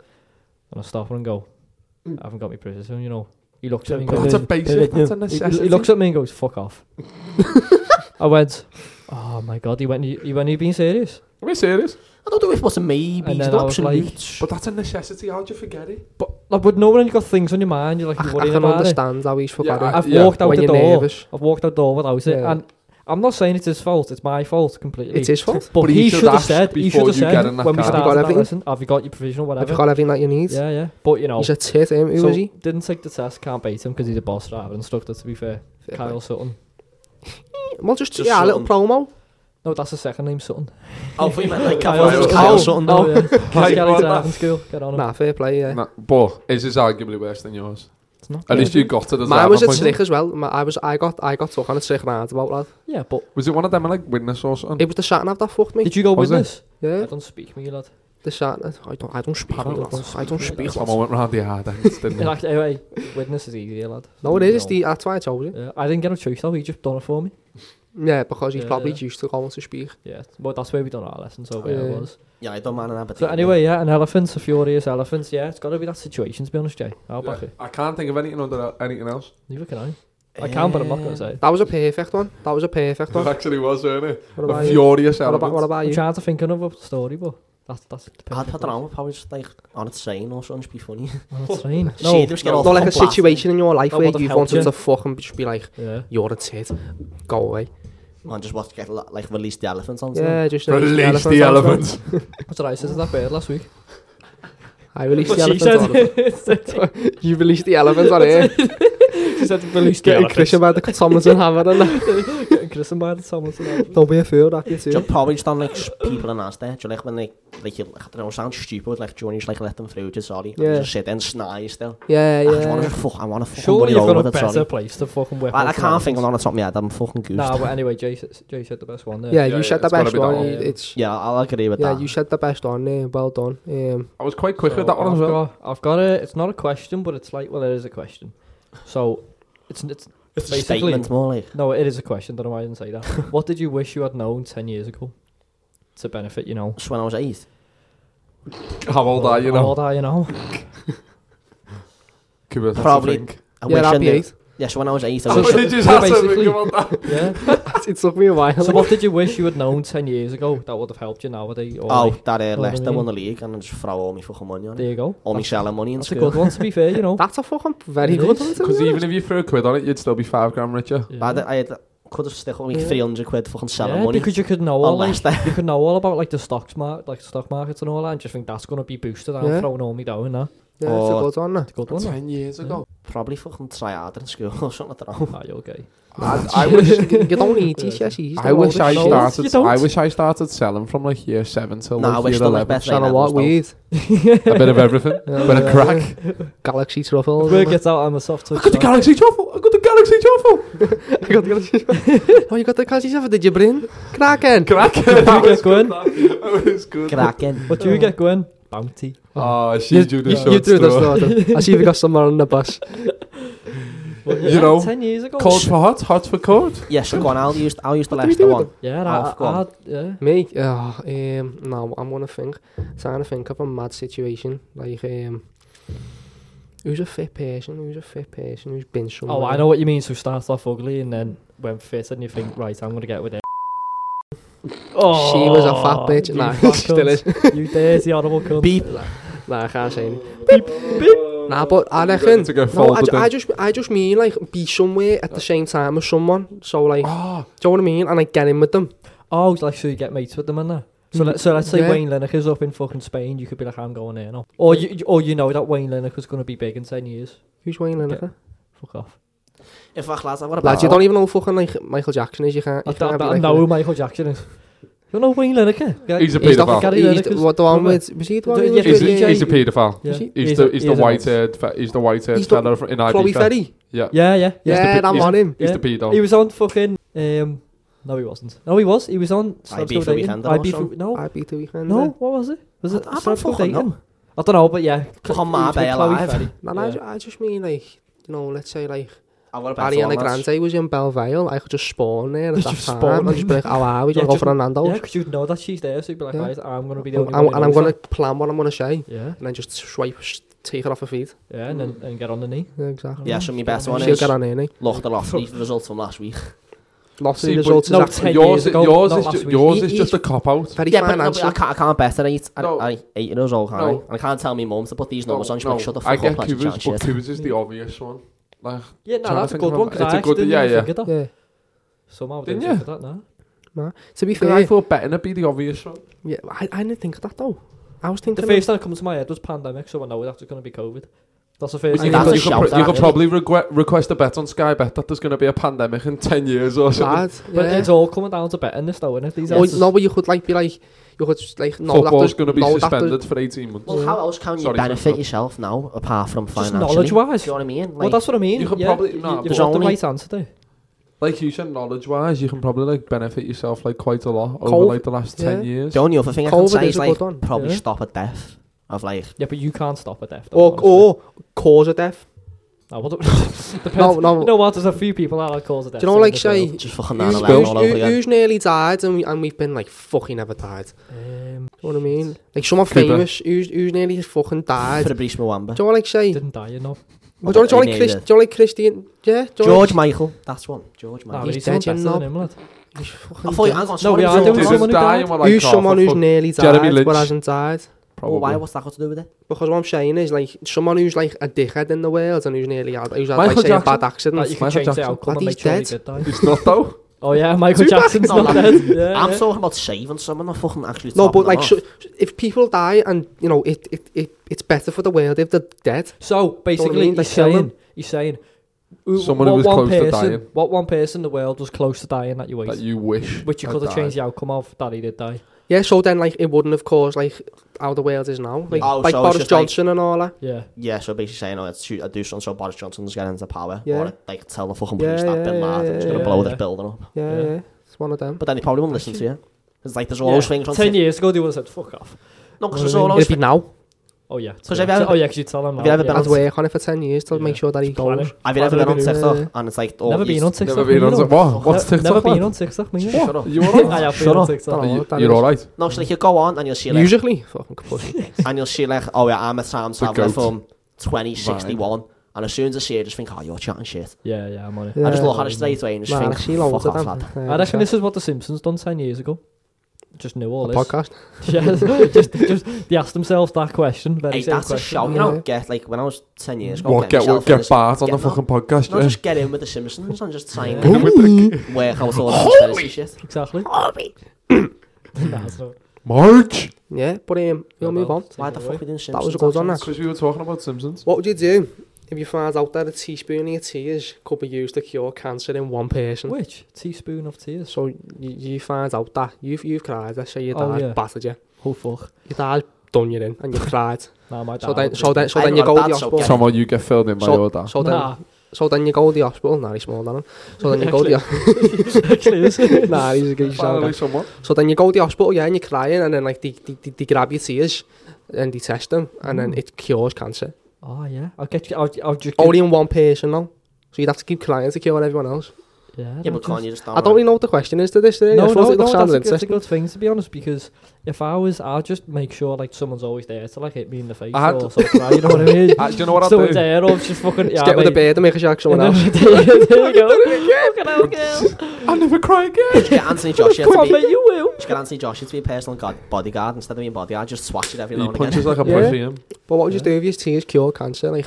Speaker 1: And I stop and go, "I haven't got my provisional," you know. He looks at me and
Speaker 2: But
Speaker 1: goes,
Speaker 2: that's a basic. That's a
Speaker 1: He,
Speaker 2: necessity.
Speaker 1: he looks at me and goes, "Fuck off." I went, "Oh my god!" He went, "You, you went, you being serious?"
Speaker 2: Are we serious?
Speaker 3: I don't know if it wasn't me, but
Speaker 1: And
Speaker 3: he's
Speaker 1: then
Speaker 3: an
Speaker 1: I was
Speaker 3: absolute.
Speaker 1: like-
Speaker 2: But that's a necessity. How'd you forget it?
Speaker 1: But like, but knowing you've got things on your mind, you're like,
Speaker 4: I,
Speaker 1: you're
Speaker 4: I
Speaker 1: worrying
Speaker 4: can
Speaker 1: about it.
Speaker 4: understand how he's forgot
Speaker 2: Yeah,
Speaker 4: it.
Speaker 2: I-
Speaker 1: I've walked out
Speaker 4: when
Speaker 1: the
Speaker 4: you're
Speaker 1: door.
Speaker 4: nervous.
Speaker 1: I've walked out the door without it,
Speaker 4: Yeah.
Speaker 1: and I'm not saying it's his fault. It's my fault completely.
Speaker 4: It's his fault.
Speaker 1: But,
Speaker 2: But
Speaker 1: he,
Speaker 2: he should
Speaker 1: should have
Speaker 2: ask
Speaker 1: said. He
Speaker 2: before
Speaker 1: should have
Speaker 2: you get
Speaker 1: said
Speaker 2: in that
Speaker 1: when we
Speaker 2: car. Have
Speaker 4: you
Speaker 1: started
Speaker 4: got
Speaker 1: that
Speaker 4: everything?
Speaker 1: lesson. Have you got your provisional?
Speaker 4: Have
Speaker 1: Whatever.
Speaker 4: you got everything that you need?
Speaker 1: yeah, yeah. But you know,
Speaker 4: He's a tit, him. Who
Speaker 1: so
Speaker 4: was he?
Speaker 1: didn't take the test. Can't beat him because he's a boss driver instructor. To be fair, Kyle Sutton.
Speaker 4: Well, just,
Speaker 3: Just
Speaker 4: yeah, a little promo.
Speaker 1: No, that's the second name Sutton.
Speaker 3: Oh, for you meant like
Speaker 1: Kyle
Speaker 3: Kyle,
Speaker 1: Sutton.
Speaker 3: Kyle
Speaker 2: Oh,
Speaker 3: Sutton.
Speaker 1: No,
Speaker 3: though.
Speaker 1: yeah. He's got
Speaker 2: what
Speaker 1: his
Speaker 2: the-
Speaker 1: driving school. Get on him.
Speaker 4: Nah, fair play, yeah.
Speaker 2: Nah, but is this arguably worse than yours?
Speaker 1: It's not
Speaker 2: At
Speaker 1: good.
Speaker 2: least you got to the
Speaker 4: Mine was
Speaker 2: driving
Speaker 4: at
Speaker 2: point.
Speaker 4: Slick as well. My, I was, I got, I got stuck on a Slick round about lad.
Speaker 1: Yeah, but
Speaker 2: Was it one of them like witness or something?
Speaker 4: It was the shat nav that fucked me.
Speaker 1: did you go with
Speaker 2: Was it?
Speaker 1: this? I
Speaker 4: Yeah,
Speaker 1: don't speak me, lad.
Speaker 4: the shat nav. I don't, I don't speak.
Speaker 1: Pardon,
Speaker 4: lad.
Speaker 1: lad.
Speaker 4: I don't speak.
Speaker 2: Someone
Speaker 4: lad.
Speaker 2: went round the yard and didn't
Speaker 1: It
Speaker 2: they?
Speaker 1: actually, anyway, witness is easy, lad.
Speaker 4: No, it is. It's
Speaker 1: No.
Speaker 4: the, that's why I told you.
Speaker 1: Yeah, I didn't get a choice though. He just done it for me.
Speaker 4: Yeah, because he's
Speaker 1: Yeah,
Speaker 4: probably
Speaker 1: yeah.
Speaker 4: used to going to speak.
Speaker 1: Yeah, well, that's where we done our lesson, so where it
Speaker 4: Yeah.
Speaker 1: was.
Speaker 3: Yeah, I don't mind an Aberdeen.
Speaker 1: So anyway, yeah, an elephant, a furious elephant. Yeah, it's got to be that situation, to be honest, Jay. I'll back
Speaker 2: Yeah.
Speaker 1: it.
Speaker 2: I can't think of anything under anything else.
Speaker 1: Neither can I. I can, but I'm not going to say it.
Speaker 4: That was a perfect one. That was a perfect
Speaker 2: It
Speaker 4: one.
Speaker 2: actually was, wasn't it?
Speaker 4: What
Speaker 2: A
Speaker 4: about you?
Speaker 2: furious
Speaker 4: What about, what
Speaker 2: element.
Speaker 4: about
Speaker 1: I'm
Speaker 4: you?
Speaker 1: trying to think of another story, but that's, that's the
Speaker 3: I'd
Speaker 1: perfect
Speaker 3: put an arm probably just like on a train or something, just be funny.
Speaker 1: one. On a train.
Speaker 3: Shit,
Speaker 1: No.
Speaker 3: they just get
Speaker 2: no,
Speaker 3: all
Speaker 4: Not like a
Speaker 3: fucking
Speaker 4: situation in your life
Speaker 1: That
Speaker 4: where
Speaker 1: would've
Speaker 4: you've
Speaker 1: helped
Speaker 4: wanted
Speaker 1: you.
Speaker 4: to fucking just be like,
Speaker 1: Yeah.
Speaker 4: you're a tit, go away.
Speaker 3: blasted. Man, just watch get like like, release the elephants onto them.
Speaker 4: Yeah, just
Speaker 2: Release the elephants.
Speaker 4: elephants.
Speaker 1: That's what I said to that bird last week.
Speaker 4: I released the
Speaker 1: But she
Speaker 4: elephants. on it.
Speaker 1: said,
Speaker 4: You released the elephants on air.
Speaker 1: she said release the
Speaker 4: Getting
Speaker 1: elephant.
Speaker 4: Christian by the Tomlinson hammer and that.
Speaker 1: Getting christened by the Thomas. and everything.
Speaker 4: Don't be a fool, that you
Speaker 3: Do you
Speaker 4: too.
Speaker 3: probably just on like sh- people and us there? Do you like when they like you like, I don't know, nou sound stupid like do you want to just like let them through? Just sorry,
Speaker 4: Yeah.
Speaker 3: yeah. just sit there and snide still.
Speaker 4: Yeah,
Speaker 3: I just want
Speaker 4: yeah.
Speaker 3: to fuck. I want to fucking
Speaker 1: Surely
Speaker 3: Surely
Speaker 1: you've
Speaker 3: run
Speaker 1: got
Speaker 3: over
Speaker 1: a
Speaker 3: the
Speaker 1: better
Speaker 3: trolley.
Speaker 1: place to fucking whip.
Speaker 3: I, I
Speaker 1: out
Speaker 3: can't
Speaker 1: elephants.
Speaker 3: think of one on the top of my head. I'm fucking goose.
Speaker 4: Nou,
Speaker 1: Nah, but anyway, Jay, s- Jay said the best one there.
Speaker 4: Yeah,
Speaker 2: Yeah,
Speaker 4: you
Speaker 2: yeah,
Speaker 4: said the
Speaker 2: it's gotta
Speaker 4: best
Speaker 2: be that
Speaker 4: one.
Speaker 2: one.
Speaker 4: you- It's
Speaker 3: yeah, I'll agree with
Speaker 4: yeah,
Speaker 3: that.
Speaker 4: you said the best one. eh, Well done. Um,
Speaker 2: I was quite quick
Speaker 1: So
Speaker 2: with that one as
Speaker 1: I've
Speaker 2: well.
Speaker 1: Got, I've got a. It's not a question, but it's like well, it is a question. So it's it's
Speaker 3: it's a
Speaker 1: basically-
Speaker 3: statement more like.
Speaker 1: no, it is a question. Don't know why I didn't say that. what did you wish you had known ten years ago to benefit you know?
Speaker 3: Just when I was eight.
Speaker 2: How old are you now?
Speaker 1: All that you know.
Speaker 2: Give us a
Speaker 3: Probably-
Speaker 2: think.
Speaker 3: I
Speaker 4: yeah,
Speaker 3: wish I
Speaker 4: that'd be
Speaker 3: knew.
Speaker 4: eight. Oh,
Speaker 3: Yeah, so when I was eight, I
Speaker 1: So-
Speaker 3: wish.
Speaker 1: so-
Speaker 2: Did you just have to think
Speaker 1: basically-
Speaker 2: about that?
Speaker 1: Yeah.
Speaker 4: it took me a while.
Speaker 1: So what did you wish you had known 10 years ago that would have helped you nowadays? Or
Speaker 3: Oh,
Speaker 1: like,
Speaker 3: that uh,
Speaker 1: what I
Speaker 3: Leicester
Speaker 1: mean?
Speaker 3: won the league and I just throw all my fucking money on
Speaker 1: there
Speaker 3: it.
Speaker 1: you go.
Speaker 3: All my
Speaker 1: that's
Speaker 3: shell and money in
Speaker 1: that's a
Speaker 3: school.
Speaker 1: good one, to be fair, you know.
Speaker 4: That's a fucking very
Speaker 1: It
Speaker 4: good
Speaker 1: is.
Speaker 4: one. to be
Speaker 2: Because
Speaker 4: honest.
Speaker 2: even if you threw a quid on it, you'd still be five grand richer.
Speaker 1: Yeah.
Speaker 3: But I, had- I had, could have stuck with me
Speaker 4: Yeah.
Speaker 3: 300 quid fucking selling
Speaker 1: yeah,
Speaker 3: money.
Speaker 1: because you could know
Speaker 3: on
Speaker 1: all like,
Speaker 3: Leicester.
Speaker 1: you could know all about like the stocks market, like stock markets and all that, and just think that's gonna be boosted. I'm
Speaker 4: Yeah.
Speaker 1: throwing all me down that.
Speaker 4: Yeah, it's
Speaker 3: Oh.
Speaker 4: a good one. that.
Speaker 1: It's a good one. that.
Speaker 2: Ten years ago.
Speaker 3: Probably fucking try harder in school or something like that.
Speaker 1: Ah, you're okay.
Speaker 2: I, I wish.
Speaker 4: you don't need GCSEs.
Speaker 2: I wish I
Speaker 1: No, you
Speaker 2: started.
Speaker 1: don't.
Speaker 2: I wish I started selling from like year seven till
Speaker 3: Nah, we're
Speaker 2: like year
Speaker 3: still like
Speaker 2: eleven.
Speaker 3: best
Speaker 4: Shannon, what
Speaker 3: we.
Speaker 4: weed?
Speaker 2: a bit of everything,
Speaker 4: Yeah,
Speaker 2: bit of
Speaker 4: yeah.
Speaker 2: crack.
Speaker 4: Eh, Galaxy truffle.
Speaker 1: Where gets out, I'm a soft touch.
Speaker 2: I got the
Speaker 1: guy.
Speaker 2: galaxy truffle. I got the galaxy truffle.
Speaker 4: I got the galaxy truffle. Oh, you got the galaxy truffle? Did you bring Kraken?
Speaker 1: What
Speaker 2: Crack.
Speaker 1: do you get, Gwen?
Speaker 2: That was good.
Speaker 3: Cracking.
Speaker 1: What do you get, Gwen? Bounty.
Speaker 2: Oh, she drew the
Speaker 4: you,
Speaker 2: short
Speaker 4: you threw the
Speaker 2: straw.
Speaker 4: straw. I see if you got someone on the bus.
Speaker 1: But
Speaker 2: You
Speaker 1: yeah,
Speaker 2: know,
Speaker 1: ten years ago.
Speaker 2: Cold for hot, hot for cold.
Speaker 3: Yes, go on, I'll use, I'll use the
Speaker 4: What do we do
Speaker 3: Leicester
Speaker 4: with
Speaker 3: one.
Speaker 1: Yeah,
Speaker 4: Oh,
Speaker 3: Half
Speaker 1: I, I,
Speaker 3: gone.
Speaker 1: I, had- yeah.
Speaker 4: Me? Oh, um, no, I'm gonna think. So I'm gonna think of a mad situation. Like, um, who's a fit person? Who's a fit person? Who's been somewhere?
Speaker 1: Oh, I know what you mean. So starts off ugly and then went fit, and you think, right, I'm gonna get with it. Oh,
Speaker 4: She was a fat bitch.
Speaker 1: you
Speaker 4: Nah,
Speaker 1: fat
Speaker 4: she still is.
Speaker 1: cunt. You dirty horrible cunt.
Speaker 4: Beep. Nah, I can't say anything. Nah, but I
Speaker 2: Ready
Speaker 4: reckon.
Speaker 2: to get
Speaker 4: No, I,
Speaker 2: folded
Speaker 4: ju- I
Speaker 2: in.
Speaker 4: just, I just mean like be somewhere at the same time as someone. So like,
Speaker 2: Ah,
Speaker 4: do you know what I mean? And like get in with them.
Speaker 1: Oh, like so you get mates with them and that. So, let, so let's say
Speaker 4: Mm, Yeah.
Speaker 1: Wayne Lineker's up in fucking Spain, you could be like, I'm going there now. Or you, you- or you know that Wayne Lineker's going to be big in 10 years.
Speaker 4: Who's Wayne Lineker?
Speaker 1: Fuck off.
Speaker 3: In fact, lads, I've got a
Speaker 4: Lads, you
Speaker 3: ballad.
Speaker 4: don't even know who fucking like Michael Jackson is. You can't.
Speaker 1: I,
Speaker 4: You can't
Speaker 1: don't,
Speaker 4: be
Speaker 1: I
Speaker 4: like,
Speaker 1: know who Michael Jackson is. You know Wayne Lineker? Yeah.
Speaker 2: he's a
Speaker 4: He's not
Speaker 2: paedophile.
Speaker 1: Gary
Speaker 4: he's the,
Speaker 1: Lineker's
Speaker 4: what the one
Speaker 1: brother.
Speaker 4: with? Was he the one?
Speaker 1: Yeah,
Speaker 4: who was
Speaker 1: he's-
Speaker 2: He's,
Speaker 4: with
Speaker 1: he's-
Speaker 4: the-
Speaker 2: a- he's a paedophile.
Speaker 1: Yeah.
Speaker 4: He's
Speaker 2: He's
Speaker 1: He's
Speaker 2: the
Speaker 1: a-
Speaker 2: he's
Speaker 1: he
Speaker 2: the
Speaker 1: is a
Speaker 2: white uh,
Speaker 1: nonce.
Speaker 2: haired he's the white haired
Speaker 4: He's the-
Speaker 2: fella fr- in Ibiza.
Speaker 4: Chloe Ferry.
Speaker 2: Yeah.
Speaker 1: Yeah, yeah.
Speaker 2: He's the
Speaker 4: Yeah,
Speaker 2: big-
Speaker 4: I'm
Speaker 2: he's-
Speaker 4: on him.
Speaker 2: He's
Speaker 1: Yeah.
Speaker 2: the pedo.
Speaker 1: He was on fucking... Um, no, he wasn't. No, he was. He was on... Slab Go
Speaker 3: Ibiza
Speaker 1: Dating.
Speaker 3: Weekend or
Speaker 1: Ibiza-
Speaker 3: something.
Speaker 1: No,
Speaker 4: I beat the weekend.
Speaker 1: Oh. no,
Speaker 4: eh?
Speaker 1: what was it? Was it
Speaker 3: I- I don't
Speaker 1: Slab Go
Speaker 3: fucking
Speaker 1: Dating?
Speaker 3: know.
Speaker 1: I don't know, but yeah.
Speaker 3: Fuck
Speaker 1: He was
Speaker 3: on
Speaker 1: with
Speaker 3: Marbella
Speaker 1: Chloe
Speaker 3: Live.
Speaker 1: Ferry.
Speaker 4: No,
Speaker 1: Yeah.
Speaker 4: no, I just mean like, you know, let's say like
Speaker 3: I've got a better one,
Speaker 4: Ariana
Speaker 3: lads.
Speaker 4: Grande was in Belvale. I could just spawn there at
Speaker 1: Just
Speaker 4: that
Speaker 1: spawn
Speaker 4: time.
Speaker 1: in.
Speaker 4: I'd just be like, oh, wow, we
Speaker 1: Yeah,
Speaker 4: don't go
Speaker 1: just-
Speaker 4: for Nando's.
Speaker 1: Yeah, because you'd know that she's there, so you'd be like,
Speaker 4: Yeah.
Speaker 1: right, I'm going to be the
Speaker 4: I'm,
Speaker 1: only
Speaker 4: I'm-
Speaker 1: one who
Speaker 4: and I'm
Speaker 1: knows
Speaker 4: gonna
Speaker 1: that.
Speaker 4: plan what I'm gonna say,
Speaker 1: Yeah,
Speaker 4: and then just swipe, sh- take it off her feet.
Speaker 1: yeah, and then and get on the knee.
Speaker 4: Yeah, exactly.
Speaker 3: Yeah, so my best one
Speaker 4: She'll
Speaker 3: is
Speaker 4: get on any.
Speaker 3: look the lottery result from last week.
Speaker 4: Lottery
Speaker 2: See, but
Speaker 4: results is
Speaker 1: no,
Speaker 4: actually
Speaker 1: ten
Speaker 2: yours
Speaker 1: years
Speaker 2: is,
Speaker 1: ago,
Speaker 2: yours
Speaker 1: not
Speaker 2: is
Speaker 1: last
Speaker 2: ju-
Speaker 1: week.
Speaker 2: yours
Speaker 4: He-
Speaker 2: is
Speaker 4: he-
Speaker 2: just a cop out.
Speaker 4: very
Speaker 3: Yeah, but no, but
Speaker 4: financial.
Speaker 3: I can't, I can't bet it. I eat, I,
Speaker 2: No.
Speaker 3: I eat it as all, can
Speaker 2: No.
Speaker 3: I? And I can't tell my mum to put these numbers on. She's like, shut the fuck
Speaker 2: I get
Speaker 3: up, lads, you're
Speaker 2: Cubans,
Speaker 3: chatting
Speaker 2: but
Speaker 3: shit.
Speaker 2: Cubans is the obvious one. Like,
Speaker 1: Yeah, no,
Speaker 2: Trying to
Speaker 1: that's a
Speaker 2: think
Speaker 1: good
Speaker 2: of
Speaker 1: one
Speaker 2: a-
Speaker 1: because
Speaker 2: it's a
Speaker 1: I
Speaker 2: good-
Speaker 1: actually didn't
Speaker 2: yeah,
Speaker 1: even
Speaker 2: yeah.
Speaker 1: think of that.
Speaker 4: yeah,
Speaker 1: Somehow I
Speaker 2: Didn't
Speaker 1: didn't
Speaker 2: you?
Speaker 1: think of that, no.
Speaker 4: nah. To be
Speaker 2: I
Speaker 4: fair,
Speaker 2: thought betting would be the obvious one.
Speaker 4: yeah, I, I didn't think of that though. I was
Speaker 1: The
Speaker 4: thinking.
Speaker 1: first thing that comes to my head was pandemic, so I know that's going to be COVID. That's the first thing.
Speaker 2: You
Speaker 3: that's
Speaker 2: could,
Speaker 3: a
Speaker 2: you could,
Speaker 3: shout,
Speaker 2: pro- you
Speaker 3: that,
Speaker 2: could
Speaker 3: really.
Speaker 2: probably requ- request a bet on Sky Bet that there's going to be a pandemic in 10 years or
Speaker 4: of
Speaker 2: something.
Speaker 4: bad,
Speaker 1: But
Speaker 4: yeah.
Speaker 1: it's all coming down to betting this, though, isn't it? These
Speaker 4: Or,
Speaker 1: answers.
Speaker 4: no, but you could like be like, you could just, like nou, know that
Speaker 2: Football's
Speaker 4: there's
Speaker 2: going to be
Speaker 4: know that
Speaker 2: suspended
Speaker 4: there's-
Speaker 2: for 18 months.
Speaker 3: Well,
Speaker 4: Yeah.
Speaker 3: how else can you
Speaker 2: Sorry,
Speaker 3: benefit
Speaker 2: Mr.
Speaker 3: yourself now apart from
Speaker 1: just
Speaker 3: financially?
Speaker 1: knowledge-wise.
Speaker 3: Do you know what I mean?
Speaker 1: well,
Speaker 3: Like,
Speaker 1: that's what I mean.
Speaker 2: You could
Speaker 1: yeah,
Speaker 2: probably-
Speaker 1: you,
Speaker 2: no,
Speaker 1: have
Speaker 2: but-
Speaker 1: got the
Speaker 3: Only-
Speaker 1: right answer there.
Speaker 2: Like you said, knowledge-wise, you can probably like benefit yourself like quite a lot over
Speaker 4: Covid,
Speaker 2: like the last 10
Speaker 4: yeah.
Speaker 2: years.
Speaker 3: the only other thing I
Speaker 4: COVID
Speaker 3: can say
Speaker 4: is
Speaker 3: is
Speaker 4: a
Speaker 3: like
Speaker 4: good one,
Speaker 3: probably
Speaker 1: yeah.
Speaker 3: stop at death of like
Speaker 1: Yeah, but you can't stop at death. though,
Speaker 4: or
Speaker 1: honestly.
Speaker 4: or Oh, cause of death.
Speaker 1: No, what the- depends.
Speaker 4: No, no.
Speaker 1: You know what? There's a few people that are cause of death.
Speaker 4: Do you know,
Speaker 1: in
Speaker 4: like,
Speaker 1: this
Speaker 4: say-
Speaker 1: world.
Speaker 3: just fucking
Speaker 4: Who's,
Speaker 3: 9-11 all over
Speaker 4: who's-
Speaker 3: again.
Speaker 4: who's nearly died and, we, and we've been like fucking never died.
Speaker 1: Um,
Speaker 4: You know what I mean? Like someone
Speaker 2: Cooper.
Speaker 4: famous who's, who's nearly fucking died. Do
Speaker 3: Fabrice
Speaker 4: you
Speaker 3: Mwamba.
Speaker 4: want like say? Do you
Speaker 1: didn't die, you know.
Speaker 4: want do you want, like
Speaker 3: He
Speaker 4: Chris? Do
Speaker 3: needed.
Speaker 4: you want like Christian? Yeah, do you want,
Speaker 3: George Michael. That's one. George
Speaker 1: Nah,
Speaker 3: Michael.
Speaker 1: he's
Speaker 4: he's
Speaker 1: doing
Speaker 4: dead, you
Speaker 1: better than
Speaker 4: knob.
Speaker 1: him, lad.
Speaker 4: He's
Speaker 3: I
Speaker 4: fucking
Speaker 3: thought you
Speaker 4: dead.
Speaker 3: hang on.
Speaker 1: No, we
Speaker 3: sorry,
Speaker 1: are
Speaker 3: George.
Speaker 1: doing
Speaker 2: Didn't
Speaker 1: someone who
Speaker 2: die
Speaker 1: died.
Speaker 2: and we're like,
Speaker 4: who's
Speaker 2: "Oh,
Speaker 4: someone
Speaker 2: for
Speaker 4: who's
Speaker 2: fuck-
Speaker 4: nearly died
Speaker 2: Jeremy
Speaker 4: but
Speaker 2: Lynch.
Speaker 4: hasn't died?
Speaker 3: Well, why?
Speaker 2: probably.
Speaker 3: What's that got to do with it?
Speaker 4: Because what I'm saying is like someone who's like a dickhead in the world and who's nearly had, who's had
Speaker 2: Michael
Speaker 4: like say a
Speaker 2: Jackson.
Speaker 4: bad accident.
Speaker 1: Like, you can
Speaker 2: Michael
Speaker 1: change the
Speaker 2: Jackson.
Speaker 1: outcome
Speaker 4: Lad,
Speaker 1: and
Speaker 4: he's
Speaker 1: make sure he
Speaker 4: dead.
Speaker 1: did die.
Speaker 2: It's not though.
Speaker 1: Oh yeah, Michael
Speaker 4: Tupac.
Speaker 1: Jackson's
Speaker 3: No,
Speaker 1: not
Speaker 3: no.
Speaker 1: dead. Yeah,
Speaker 3: I'm
Speaker 1: yeah.
Speaker 3: talking about saving someone. I'm fucking actually.
Speaker 4: no,
Speaker 3: topping
Speaker 4: but
Speaker 3: them
Speaker 4: like
Speaker 3: off.
Speaker 4: so, if people die and you know it, it, it it's better for the world if they're dead.
Speaker 1: So
Speaker 4: Don't
Speaker 1: basically,
Speaker 4: mean they
Speaker 1: he's
Speaker 4: kill
Speaker 1: saying,
Speaker 4: them.
Speaker 1: he's saying, w-
Speaker 2: Someone who
Speaker 1: what
Speaker 2: was
Speaker 1: one
Speaker 2: close to
Speaker 1: person,
Speaker 2: dying.
Speaker 1: what one person in the world was close to dying that you
Speaker 2: That
Speaker 1: ate,
Speaker 2: you wish.
Speaker 1: which you
Speaker 2: had
Speaker 1: could have
Speaker 2: died.
Speaker 1: changed the outcome of that he did die.
Speaker 4: Yeah, so then like it wouldn't have caused like how the world is now, like,
Speaker 3: Oh,
Speaker 4: like
Speaker 3: so it's
Speaker 4: Boris
Speaker 3: just, like-
Speaker 4: Johnson and all that.
Speaker 1: Yeah,
Speaker 3: Yeah, so basically saying, oh, it's shoot, I do something so Boris Johnson's getting into power.
Speaker 4: Yeah.
Speaker 3: Or like tell the fucking
Speaker 4: Yeah,
Speaker 3: police that
Speaker 4: yeah,
Speaker 3: Bin
Speaker 4: yeah,
Speaker 3: Laden's
Speaker 4: yeah,
Speaker 3: gonna
Speaker 1: yeah,
Speaker 3: blow
Speaker 1: yeah.
Speaker 3: this building up.
Speaker 4: Yeah,
Speaker 1: Yeah.
Speaker 4: yeah, it's one of them.
Speaker 3: But then he probably won't listen to you. It's like there's all those
Speaker 1: yeah.
Speaker 3: things on
Speaker 1: ten
Speaker 3: Tik-
Speaker 1: years ago they would have said, "Fuck off."
Speaker 3: No,
Speaker 1: What
Speaker 3: because there's
Speaker 1: do you
Speaker 3: all
Speaker 1: mean?
Speaker 4: It'd
Speaker 3: those.
Speaker 4: be now.
Speaker 1: Oh yeah,
Speaker 3: 'Cause
Speaker 1: yeah.
Speaker 3: have you ever-
Speaker 1: oh yeah, because you tell them. now,
Speaker 3: have you ever
Speaker 1: yeah.
Speaker 3: been on-
Speaker 4: I'd work on it for 10 years to
Speaker 1: Yeah.
Speaker 4: make sure that he
Speaker 1: Keep planning.
Speaker 4: goes.
Speaker 3: Have you ever
Speaker 1: I've
Speaker 3: been on
Speaker 1: never been
Speaker 3: TikTok?
Speaker 4: on, uh,
Speaker 3: and it's like
Speaker 2: Oh,
Speaker 3: oh, all
Speaker 1: Never
Speaker 3: these-
Speaker 1: been on TikTok.
Speaker 2: Never been
Speaker 1: you
Speaker 2: on
Speaker 1: know?
Speaker 2: TikTok. What? What's
Speaker 1: Ne-
Speaker 2: TikTok?
Speaker 1: Never been
Speaker 2: lad?
Speaker 1: on TikTok, me.
Speaker 3: Shut up.
Speaker 2: You all
Speaker 1: I
Speaker 2: right?
Speaker 1: have
Speaker 2: Shut
Speaker 1: been on
Speaker 2: up.
Speaker 4: Oh,
Speaker 1: TikTok.
Speaker 2: You-
Speaker 4: that
Speaker 2: You're
Speaker 4: is-
Speaker 2: all right.
Speaker 3: No, so like you go on and you'll see like,
Speaker 4: Usually, fucking pussy.
Speaker 3: and you'll see like, oh yeah, I'm a time traveler
Speaker 2: goat.
Speaker 3: from 2061, And as soon as I see it, I just think, oh, you're chatting shit.
Speaker 1: Yeah, yeah, I'm on it.
Speaker 4: Yeah.
Speaker 3: I just look at it straight away and just
Speaker 4: Man,
Speaker 3: think,
Speaker 4: actually, loads
Speaker 3: fuck
Speaker 4: of
Speaker 3: off,
Speaker 4: them.
Speaker 3: lad.
Speaker 4: Uh,
Speaker 1: I reckon
Speaker 4: it's
Speaker 1: this is what The Simpsons done 10 years ago. Just knew all
Speaker 4: a
Speaker 1: this.
Speaker 4: podcast.
Speaker 1: yeah, just, just, they asked themselves that question. Very
Speaker 3: Hey,
Speaker 1: same
Speaker 3: that's a
Speaker 1: question.
Speaker 3: shout. You
Speaker 4: Yeah.
Speaker 3: don't get, like, when I was 10 years ago,
Speaker 2: What, get,
Speaker 3: getting myself
Speaker 2: what,
Speaker 3: in
Speaker 2: get
Speaker 3: this-
Speaker 2: Bart on
Speaker 3: get
Speaker 2: the
Speaker 3: that-
Speaker 2: fucking podcast,
Speaker 3: No,
Speaker 2: yeah?
Speaker 3: just get in with The Simpsons and just try and
Speaker 1: Yeah.
Speaker 3: like,
Speaker 2: With the-
Speaker 3: work out all the conspiracy shit.
Speaker 1: Exactly. Nah, it's not-
Speaker 2: March!
Speaker 4: Yeah, but um, we'll move on.
Speaker 3: Why the fuck we doing Simpsons?
Speaker 4: That was a good one, that.
Speaker 3: accents?
Speaker 2: Because we were talking about Simpsons.
Speaker 4: What would you do if you found out that a teaspoon of your tears could be used to cure cancer in one person?
Speaker 1: Which? Teaspoon of tears.
Speaker 4: So you, you find out that you've you've cried. Let's say your
Speaker 1: Oh,
Speaker 4: dad
Speaker 1: yeah.
Speaker 4: battered you.
Speaker 1: Oh, fuck.
Speaker 4: Your dad done you in and you cried.
Speaker 1: Nah, my
Speaker 4: so
Speaker 1: dad
Speaker 4: then
Speaker 1: would
Speaker 4: so
Speaker 1: do
Speaker 4: then so
Speaker 3: I
Speaker 4: then you
Speaker 3: haven't
Speaker 4: go to the
Speaker 3: got a dad, so
Speaker 4: hospital.
Speaker 3: get-
Speaker 2: Somehow you get filled in by your dad.
Speaker 4: So
Speaker 1: that.
Speaker 4: then
Speaker 1: Nah,
Speaker 4: so then you go to the hospital. Nah, he's small, than him. So then you go to the
Speaker 1: actually, this is-
Speaker 4: nah, he's a good
Speaker 2: Finally, someone.
Speaker 4: So then you go to the hospital, yeah, and you're crying, and then like they, they, they, they grab your tears and they test them, and then
Speaker 1: Mm.
Speaker 4: it cures cancer.
Speaker 1: Oh, yeah. I'll get you. I'll, I'll just.
Speaker 2: Oh,
Speaker 4: Only in one person though. So you'd have to keep crying to cure everyone else.
Speaker 1: Yeah,
Speaker 3: Yeah, but
Speaker 1: that's-
Speaker 3: can't you just
Speaker 4: I don't really know what the question is eh, to this day.
Speaker 1: No,
Speaker 4: I
Speaker 1: no,
Speaker 4: thought it
Speaker 1: no,
Speaker 4: looked sounded
Speaker 1: that's, a, that's a
Speaker 4: interesting.
Speaker 1: good thing to be honest. Because if I was, I'd just make sure like someone's always there to like hit me in the face
Speaker 2: I had
Speaker 1: or
Speaker 2: to-
Speaker 1: something. like, you know what I mean?
Speaker 2: Uh, do you know what
Speaker 1: Someone's
Speaker 2: I do?
Speaker 1: there, or it's just fucking. Yeah,
Speaker 4: Just get with the
Speaker 1: mate.
Speaker 4: bed and make a shot someone
Speaker 1: And
Speaker 4: else.
Speaker 1: then- there you go. Fucking hell, girl.
Speaker 2: I'll never cry again!
Speaker 3: Just get Anthony Joshua
Speaker 1: Come on,
Speaker 3: to be...
Speaker 1: mate, you will.
Speaker 3: Just get Anthony Joshua to be a personal god- bodyguard instead of being bodyguard. Just swat it every now
Speaker 2: He
Speaker 3: and again.
Speaker 2: punches like a
Speaker 4: Yeah.
Speaker 2: pussy, him.
Speaker 4: But what would you
Speaker 1: Yeah.
Speaker 4: do if your tears cure cancer? Like,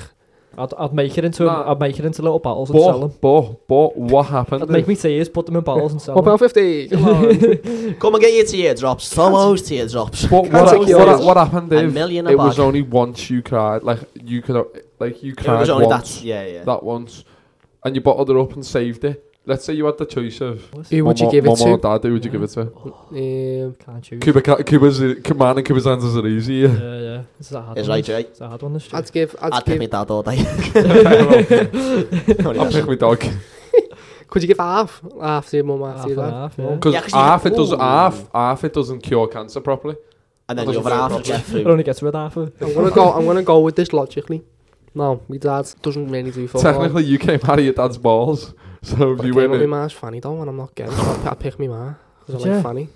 Speaker 1: I'd, I'd make it into
Speaker 2: Nah.
Speaker 1: I'd make it into little bottles and sell
Speaker 2: But,
Speaker 1: them.
Speaker 2: but, but, what
Speaker 1: I'd
Speaker 2: happened?
Speaker 1: make me tears, put them in bottles and sell
Speaker 4: what
Speaker 1: them.
Speaker 4: about 50? Come on.
Speaker 3: Come and get your teardrops. Tomo's teardrops.
Speaker 2: But what,
Speaker 4: Can't
Speaker 2: what,
Speaker 4: take yours.
Speaker 2: what, what happened,
Speaker 3: A
Speaker 2: Dave?
Speaker 3: million a
Speaker 2: It was
Speaker 3: bag.
Speaker 2: only once you cried. Like, you could, like, you
Speaker 3: It
Speaker 2: cried
Speaker 3: was only
Speaker 2: once.
Speaker 3: that. Yeah, yeah.
Speaker 2: that once and you bottled her up and saved it. Let's say you had the choice of
Speaker 4: Who would
Speaker 2: mum
Speaker 4: you
Speaker 2: or-
Speaker 4: give it
Speaker 2: mum or
Speaker 4: to?
Speaker 2: dad, who would you give it to?
Speaker 4: Um,
Speaker 1: Oh, Can't choose.
Speaker 2: Cuba, Ca- Cuba's, Cuban and Cuba's answers are easy.
Speaker 1: Yeah,
Speaker 2: Yeah.
Speaker 1: yeah. It's a hard
Speaker 3: It's
Speaker 1: one.
Speaker 3: right, right?
Speaker 1: It's a hard one. This
Speaker 4: I'd
Speaker 1: shit.
Speaker 4: give, I'd,
Speaker 3: I'd
Speaker 4: give,
Speaker 3: pick my dad all day.
Speaker 2: I'll pick my dog.
Speaker 4: could you give half? Half to your mum, half,
Speaker 1: Half
Speaker 4: to your
Speaker 1: and
Speaker 4: dad.
Speaker 1: half,
Speaker 4: No.
Speaker 1: yeah.
Speaker 2: Because
Speaker 3: Yeah, 'cause you-
Speaker 2: half, it does,
Speaker 3: Ooh.
Speaker 2: half, half it doesn't cure cancer properly.
Speaker 3: And then the other half would get
Speaker 1: It
Speaker 3: through.
Speaker 1: only gets rid of half of
Speaker 4: I'm gonna go. I'm gonna go with this Nou, logically. No, my dad doesn't really do football.
Speaker 2: Technically, you came out of your dad's balls. So if
Speaker 4: But
Speaker 2: you
Speaker 4: you win
Speaker 2: win
Speaker 4: with
Speaker 2: it,
Speaker 4: my ma's fanny though, and I'm not getting. So I, I pick my ma because I
Speaker 1: Yeah.
Speaker 4: like fanny.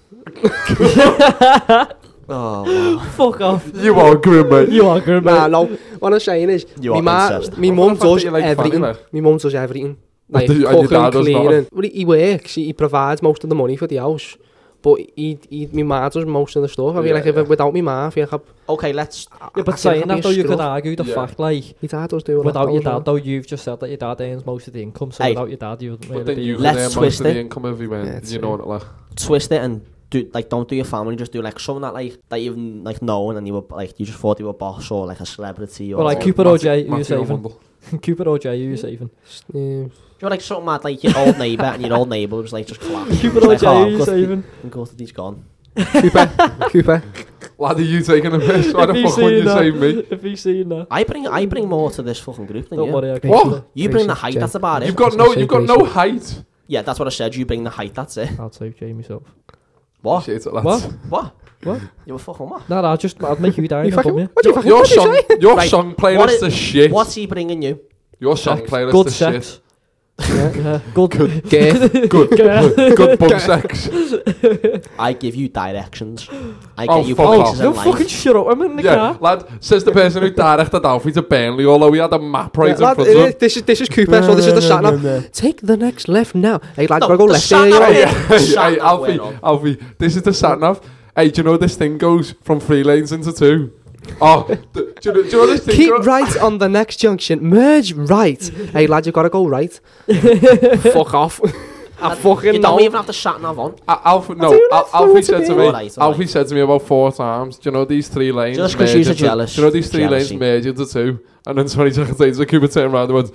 Speaker 3: Oh, wow.
Speaker 1: Fuck off.
Speaker 2: you are grim, mate.
Speaker 1: You are good,
Speaker 4: Nah,
Speaker 1: man.
Speaker 4: no. What I'm saying is,
Speaker 3: You
Speaker 4: my
Speaker 3: are
Speaker 4: ma,
Speaker 3: incest.
Speaker 4: my
Speaker 2: What
Speaker 4: mum
Speaker 2: the fuck
Speaker 4: does
Speaker 2: do you like fanny,
Speaker 4: everything.
Speaker 2: man?
Speaker 4: my mum does everything. Like
Speaker 2: do you- and your
Speaker 4: cooking,
Speaker 2: dad does not?
Speaker 4: cleaning. Well, he, he works. He, he provides most of the money for the house. But he, he, my ma does most of the stuff. I mean,
Speaker 2: Yeah,
Speaker 4: like if
Speaker 2: yeah.
Speaker 4: without my ma, I think I,
Speaker 3: Okay, let's.
Speaker 4: I,
Speaker 1: Yeah,
Speaker 4: I
Speaker 1: but
Speaker 4: think I'd
Speaker 1: saying
Speaker 4: be a
Speaker 1: that though, you could
Speaker 4: scruff.
Speaker 1: argue the
Speaker 2: Yeah.
Speaker 1: fact like
Speaker 4: My dad does do a lot
Speaker 1: without
Speaker 4: though
Speaker 1: your
Speaker 4: as well.
Speaker 1: dad though, you've just said that your dad earns most of the income, so
Speaker 3: Hey,
Speaker 1: without your dad, you wouldn't really
Speaker 2: But then
Speaker 1: be-
Speaker 2: you can
Speaker 3: Let's
Speaker 2: earn most
Speaker 3: twist
Speaker 2: of the
Speaker 3: it.
Speaker 2: income every
Speaker 4: Yeah,
Speaker 2: month.
Speaker 4: it's
Speaker 2: You know
Speaker 4: true.
Speaker 2: what, like.
Speaker 3: twist it and do like don't do your family, just do like something that like that you've like known and you were like you just thought you were a boss or like a celebrity or
Speaker 1: Well, like
Speaker 3: do
Speaker 1: Cupid
Speaker 2: Matthew-
Speaker 1: OJ, who you
Speaker 2: Matthew
Speaker 1: saving?
Speaker 2: O'Mundell.
Speaker 1: Cupid or Jay, who you saving?
Speaker 4: Um,
Speaker 3: you know, like something mad like your old neighbour and your old neighbour was like just collapsed.
Speaker 1: Cupid
Speaker 3: It's
Speaker 1: or
Speaker 3: like,
Speaker 1: Jay,
Speaker 3: oh,
Speaker 1: who you
Speaker 3: good-
Speaker 1: saving?
Speaker 3: I'm glad that he's gone.
Speaker 4: Cooper, Cooper.
Speaker 2: Lad, are you taking a piss? Why the
Speaker 1: If he's
Speaker 2: fuck would
Speaker 1: seen uh,
Speaker 2: you
Speaker 1: that-
Speaker 2: save me?
Speaker 1: If he's seen that,
Speaker 3: I bring I bring more to this fucking group than
Speaker 1: don't
Speaker 3: you.
Speaker 1: worry. I can
Speaker 4: Oh.
Speaker 2: What?
Speaker 1: kill it.
Speaker 3: You bring the
Speaker 4: Racist,
Speaker 3: height.
Speaker 4: Jim.
Speaker 3: That's about
Speaker 2: You've
Speaker 3: it.
Speaker 2: got no,
Speaker 4: Shake
Speaker 2: you've got
Speaker 4: me,
Speaker 2: no
Speaker 4: shake me.
Speaker 2: height.
Speaker 3: Yeah, that's what I said. You bring the height. That's it.
Speaker 1: I'll save Jay myself.
Speaker 3: What?
Speaker 2: Shit, lads.
Speaker 1: What?
Speaker 3: What?
Speaker 1: What?
Speaker 3: You were fucking what?
Speaker 1: No, no, I'll Nou, just I'll make you die.
Speaker 4: You
Speaker 1: no,
Speaker 4: fucking,
Speaker 1: come here.
Speaker 4: what do you
Speaker 2: Your,
Speaker 4: fucking what
Speaker 2: your
Speaker 4: did you
Speaker 2: song,
Speaker 4: say?
Speaker 2: your
Speaker 3: Right,
Speaker 2: song
Speaker 3: what
Speaker 2: playlist
Speaker 3: is-
Speaker 2: is shit.
Speaker 3: What's he bringing you?
Speaker 2: Your song
Speaker 1: Sex.
Speaker 2: playlist
Speaker 1: Good
Speaker 2: is
Speaker 1: sex. Yeah, good. Good.
Speaker 4: Gay.
Speaker 2: shit. Good, good, good bum sex.
Speaker 3: I give you directions. I
Speaker 2: Oh,
Speaker 3: get you
Speaker 2: fuck
Speaker 3: places
Speaker 2: off.
Speaker 3: in
Speaker 1: No
Speaker 3: life.
Speaker 1: fucking shut up. I'm in the
Speaker 2: Yeah,
Speaker 1: car.
Speaker 2: lad. Says the person who directed Alfie to Burnley, although he had a map right
Speaker 4: Yeah,
Speaker 2: in
Speaker 4: lad,
Speaker 2: front of
Speaker 4: it
Speaker 2: him.
Speaker 4: is- this is this is Cooper, so this is the sat nav. Take the next left now. Hey lad,
Speaker 3: No,
Speaker 4: gotta go
Speaker 3: the
Speaker 4: left
Speaker 3: sat
Speaker 4: here.
Speaker 3: nav
Speaker 4: you
Speaker 3: is-
Speaker 4: know.
Speaker 2: Hey, Oh,
Speaker 3: Yeah.
Speaker 2: hey, hey,
Speaker 3: Sat nav
Speaker 2: Alfie,
Speaker 3: went on.
Speaker 2: Alfie, this is the sat nav. Hey, do you know this thing goes from three lanes into two? Oh, th- do, you know, do you know this thing?
Speaker 4: Keep
Speaker 2: go-
Speaker 4: right on the next junction. Merge right. Hey lad, you gotta go right. Fuck off. I
Speaker 3: You
Speaker 4: fucking
Speaker 3: don't
Speaker 4: know.
Speaker 3: even have to shut nav on.
Speaker 2: Al- Alfie, no,
Speaker 4: do
Speaker 2: Al-
Speaker 4: not know
Speaker 2: Alfie
Speaker 4: what to
Speaker 2: said to
Speaker 4: do.
Speaker 2: me.
Speaker 3: Alright, alright.
Speaker 2: Alfie said to me about four times. Do you know these three lanes?
Speaker 3: Just 'cause
Speaker 2: merge
Speaker 3: yous are
Speaker 2: into-
Speaker 3: jealous.
Speaker 2: Do you know these three
Speaker 3: Jealousy.
Speaker 2: lanes merge into two? And then twenty seconds later, Cooper turned around and went,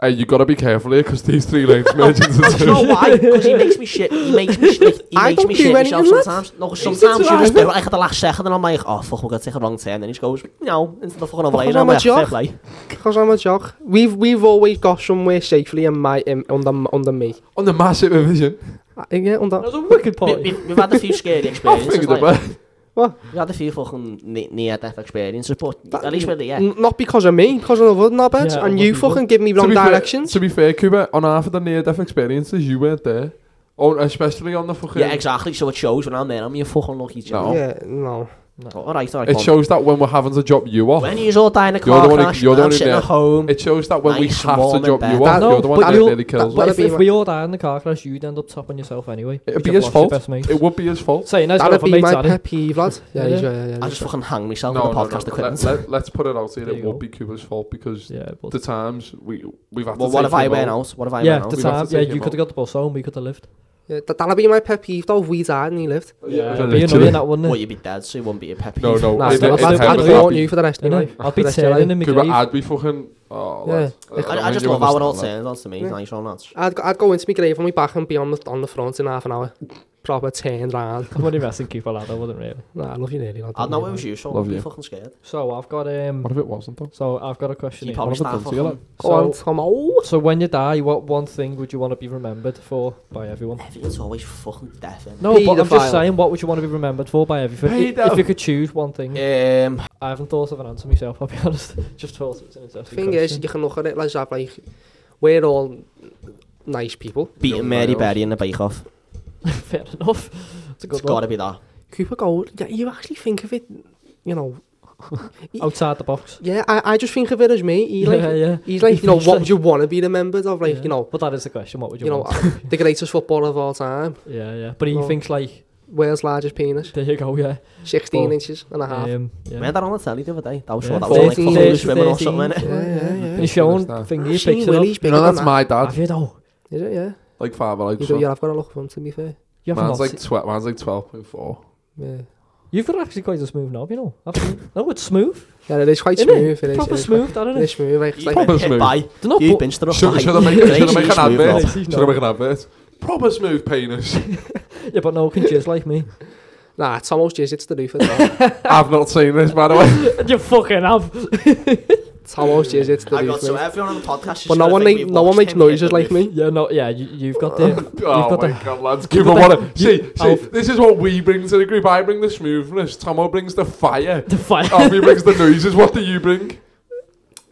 Speaker 2: "Hey, you got to be careful here because these three lanes merge into
Speaker 3: Do you know
Speaker 2: two.
Speaker 3: why? Because he makes me shit. He makes me shit. He
Speaker 4: I
Speaker 3: makes
Speaker 4: don't
Speaker 3: me
Speaker 4: do
Speaker 3: shit
Speaker 4: anything,
Speaker 3: myself
Speaker 4: lad.
Speaker 3: sometimes. No, 'cause
Speaker 4: He's
Speaker 3: sometimes you just
Speaker 4: into
Speaker 3: do it like at the last second, and I'm like, oh fuck, we're gonna take a wrong turn. And he just goes, no, into the fucking overlay.
Speaker 4: Fucking
Speaker 3: And I'm
Speaker 4: I'm a
Speaker 3: like, fair
Speaker 4: jock.
Speaker 3: play.
Speaker 4: Because I'm a jock. We've we've always got somewhere safely in my in, under under me.
Speaker 2: On the massive revision.
Speaker 4: Uh, yeah, under.
Speaker 1: That was a wicked
Speaker 3: We,
Speaker 1: party.
Speaker 3: we, we've had a few scary experiences.
Speaker 2: Think of
Speaker 3: like,
Speaker 2: it.
Speaker 3: we've had a few fucking ne- near-death experiences, but
Speaker 4: That-
Speaker 3: at least we're there.
Speaker 4: N- Not because of me, because of the other knobheads,
Speaker 1: Yeah,
Speaker 4: and
Speaker 1: other
Speaker 4: you
Speaker 1: people.
Speaker 4: fucking give me
Speaker 2: to
Speaker 4: wrong
Speaker 2: be fair-
Speaker 4: directions.
Speaker 2: to be fair, Cooper, on half of the near-death experiences, you weren't there. Or especially on the fucking.
Speaker 3: Yeah, exactly. So it shows when I'm there, I'm your fucking lucky jock.
Speaker 2: No.
Speaker 4: Yeah, no.
Speaker 1: No.
Speaker 3: All right, all right.
Speaker 2: It shows that when we're having to drop you off,
Speaker 3: when he's all dying in a
Speaker 2: You're the
Speaker 3: car
Speaker 2: one who-
Speaker 3: crash,
Speaker 2: you're the
Speaker 3: I'm
Speaker 2: one who
Speaker 3: sitting
Speaker 2: did.
Speaker 3: at home.
Speaker 2: it shows that when we
Speaker 3: Nice
Speaker 2: have to
Speaker 3: warm
Speaker 2: drop
Speaker 3: and
Speaker 2: you
Speaker 3: bad.
Speaker 2: off,
Speaker 4: No,
Speaker 2: you're the one
Speaker 1: but
Speaker 2: that
Speaker 1: you'll-
Speaker 2: nearly kills
Speaker 1: But
Speaker 2: us.
Speaker 1: if, if we all die in the car crash, you'd end up topping yourself anyway.
Speaker 2: It'd
Speaker 1: You'd
Speaker 2: be
Speaker 1: have
Speaker 2: his
Speaker 1: lost
Speaker 2: fault.
Speaker 1: Your best mate. nou
Speaker 2: It would be his fault.
Speaker 1: Saying that's
Speaker 4: That'll
Speaker 1: not for
Speaker 4: be
Speaker 1: me,
Speaker 4: my
Speaker 1: Daddy.
Speaker 4: pet peeve, lad. Yeah,
Speaker 1: Yeah.
Speaker 4: yeah, yeah. yeah,
Speaker 3: I just fucking hang myself
Speaker 2: No,
Speaker 3: with the
Speaker 2: no,
Speaker 3: podcast
Speaker 2: no,
Speaker 3: equipment.
Speaker 2: Let, let, let's put it out here.
Speaker 1: There
Speaker 2: It
Speaker 1: you
Speaker 2: would
Speaker 1: go.
Speaker 2: be Cuba's fault because
Speaker 1: Yeah, but
Speaker 2: the times we we've had
Speaker 3: well,
Speaker 2: to
Speaker 3: what
Speaker 2: take
Speaker 3: if I
Speaker 2: him
Speaker 3: went
Speaker 2: out.
Speaker 3: out? What if I
Speaker 1: yeah,
Speaker 3: went
Speaker 1: the
Speaker 2: We'd have
Speaker 1: time.
Speaker 2: to
Speaker 1: Yeah,
Speaker 2: take him
Speaker 1: you could
Speaker 2: out.
Speaker 1: have got the bus home. We could have lived.
Speaker 4: yeah. That, that'll be my pet peeve though. If we died and he lived,
Speaker 1: Yeah, it'd be
Speaker 2: literally.
Speaker 1: annoying that, wouldn't
Speaker 3: out?
Speaker 1: it?
Speaker 3: Well, you'd be dead, so you wouldn't be a pet peeve.
Speaker 2: No, no,
Speaker 4: nah,
Speaker 1: it-
Speaker 4: I'd,
Speaker 1: it's
Speaker 4: I'd, I'd
Speaker 1: happened.
Speaker 4: haunt you for the rest of
Speaker 1: You
Speaker 4: your
Speaker 1: know,
Speaker 4: life.
Speaker 1: I'll
Speaker 4: for
Speaker 1: be
Speaker 4: the rest of your
Speaker 1: turning
Speaker 4: life.
Speaker 1: in my
Speaker 2: Cuba,
Speaker 1: grave.
Speaker 2: I'd be fucking. Oh,
Speaker 4: Yeah.
Speaker 2: lad. don't
Speaker 3: I, I
Speaker 2: think
Speaker 3: just
Speaker 2: you
Speaker 3: love how it all
Speaker 2: understand
Speaker 3: turns out to me.
Speaker 4: Yeah.
Speaker 3: Nice or not?
Speaker 4: I'd, go- I'd go into my grave on my back and be on the on the front in half an hour. Proper turned round.
Speaker 1: I wouldn't mess and keep a lad. I wouldn't really.
Speaker 4: Nah, I love you really. lad.
Speaker 3: I know it was you, so
Speaker 2: Love
Speaker 3: I'd be
Speaker 2: you.
Speaker 3: fucking scared.
Speaker 1: So I've got
Speaker 2: that.
Speaker 1: um.
Speaker 2: What if it wasn't though?
Speaker 1: So I've got a question.
Speaker 3: You
Speaker 1: here.
Speaker 3: probably
Speaker 2: One
Speaker 3: start
Speaker 2: of the two,
Speaker 3: fucking
Speaker 4: Go on, Tom. Oh,
Speaker 1: So when you die, what one thing would you want to be remembered for by everyone?
Speaker 3: Everything's always fucking death in.
Speaker 1: No, but I'm
Speaker 4: Paedophile.
Speaker 1: just saying, what would you want to be remembered for by everything? I- If
Speaker 2: Paedo-
Speaker 1: you could choose one thing,
Speaker 3: Um,
Speaker 1: I haven't thought of an answer myself. I'll be honest. just thought it was an interesting
Speaker 4: thing is,
Speaker 1: question.
Speaker 4: you can look at it like that. Like we're all nice people.
Speaker 3: beating Mary Berry in the bake off.
Speaker 1: Fair enough. It's a good
Speaker 3: It's
Speaker 1: one.
Speaker 3: gotta be that.
Speaker 4: Cooper Gold. Yeah, you actually think of it. You know.
Speaker 1: Outside the box.
Speaker 4: Yeah, I, I just think of it as me. He like
Speaker 1: yeah, yeah.
Speaker 4: He's like,
Speaker 1: He
Speaker 4: you know,
Speaker 1: thinks
Speaker 4: what
Speaker 1: like-
Speaker 4: would you want to be remembered of? Like,
Speaker 1: Yeah.
Speaker 4: you know,
Speaker 1: But that is the question. What would you,
Speaker 4: you know,
Speaker 1: want?
Speaker 4: the greatest footballer of all time.
Speaker 1: yeah, yeah. But he
Speaker 4: Well-
Speaker 1: thinks like,
Speaker 4: World's largest penis,
Speaker 1: there you go. Yeah.
Speaker 4: 16
Speaker 1: Well,
Speaker 4: inches and a half.
Speaker 1: Um, yeah.
Speaker 3: We had that on the telly the other day. That was
Speaker 1: Yeah.
Speaker 3: sure that was like
Speaker 4: 13,
Speaker 3: fucking swimming or
Speaker 1: 13.
Speaker 3: something. innit?
Speaker 4: yeah, yeah.
Speaker 1: He's shown thingy
Speaker 4: Shane
Speaker 1: picture
Speaker 4: Willie's
Speaker 1: of.
Speaker 2: You
Speaker 4: bigger
Speaker 2: know,
Speaker 4: than
Speaker 2: that's
Speaker 4: that.
Speaker 2: my
Speaker 1: Have
Speaker 2: dad.
Speaker 1: you though?
Speaker 4: Is it? Yeah.
Speaker 2: Like five, like
Speaker 4: You do, yeah,
Speaker 2: twelve.
Speaker 4: I've got to look for him, to be fair.
Speaker 1: You have
Speaker 2: Man's
Speaker 1: not.
Speaker 2: like
Speaker 1: se-
Speaker 2: twelve. Man's like twelve point four.
Speaker 4: Yeah,
Speaker 1: You've got actually quite a smooth knob, you know. I've seen- no, it's smooth.
Speaker 4: yeah it is quite
Speaker 1: Isn't it?
Speaker 4: smooth. It is,
Speaker 1: Proper
Speaker 4: it is
Speaker 1: smooth, that
Speaker 4: Quite,
Speaker 1: isn't
Speaker 4: it is
Speaker 1: it?
Speaker 4: smooth. Like, it's like,
Speaker 3: You've
Speaker 2: Proper
Speaker 3: been hit
Speaker 2: smooth.
Speaker 3: by-
Speaker 1: They're not
Speaker 3: You've
Speaker 1: bu-
Speaker 3: been struck by.
Speaker 2: Should, should I make, should I
Speaker 3: Crazy
Speaker 2: make an
Speaker 3: smooth
Speaker 2: advert?
Speaker 3: knob.
Speaker 1: Crazy
Speaker 2: Should I
Speaker 1: knob.
Speaker 2: make an advert? Proper smooth penis.
Speaker 1: Yeah, but no, can jizz like me.
Speaker 4: nah, it's almost jizz. It's the roof. It's not.
Speaker 2: I've not seen this, by the way.
Speaker 1: you fucking have.
Speaker 4: It's almost jizz. It's the
Speaker 3: I got
Speaker 4: roof.
Speaker 3: so
Speaker 4: mate.
Speaker 3: everyone on the podcast. is
Speaker 4: But no
Speaker 3: gonna
Speaker 4: one,
Speaker 3: think
Speaker 4: make,
Speaker 3: we've
Speaker 4: no one
Speaker 3: watched
Speaker 4: makes
Speaker 3: him hit
Speaker 4: noises
Speaker 3: the
Speaker 4: like me.
Speaker 3: roof.
Speaker 1: Yeah, no, yeah, you, you've got the. you've
Speaker 2: Oh
Speaker 1: got
Speaker 2: my
Speaker 1: the.
Speaker 2: god, lads. Give
Speaker 1: got
Speaker 2: them
Speaker 1: the-
Speaker 2: what I- See,
Speaker 1: you-
Speaker 2: see,
Speaker 1: I'll-
Speaker 2: this is what we bring to the group. I bring the smoothness. Tomo brings the fire.
Speaker 1: The fire
Speaker 2: Alfie brings the noises. What do you bring?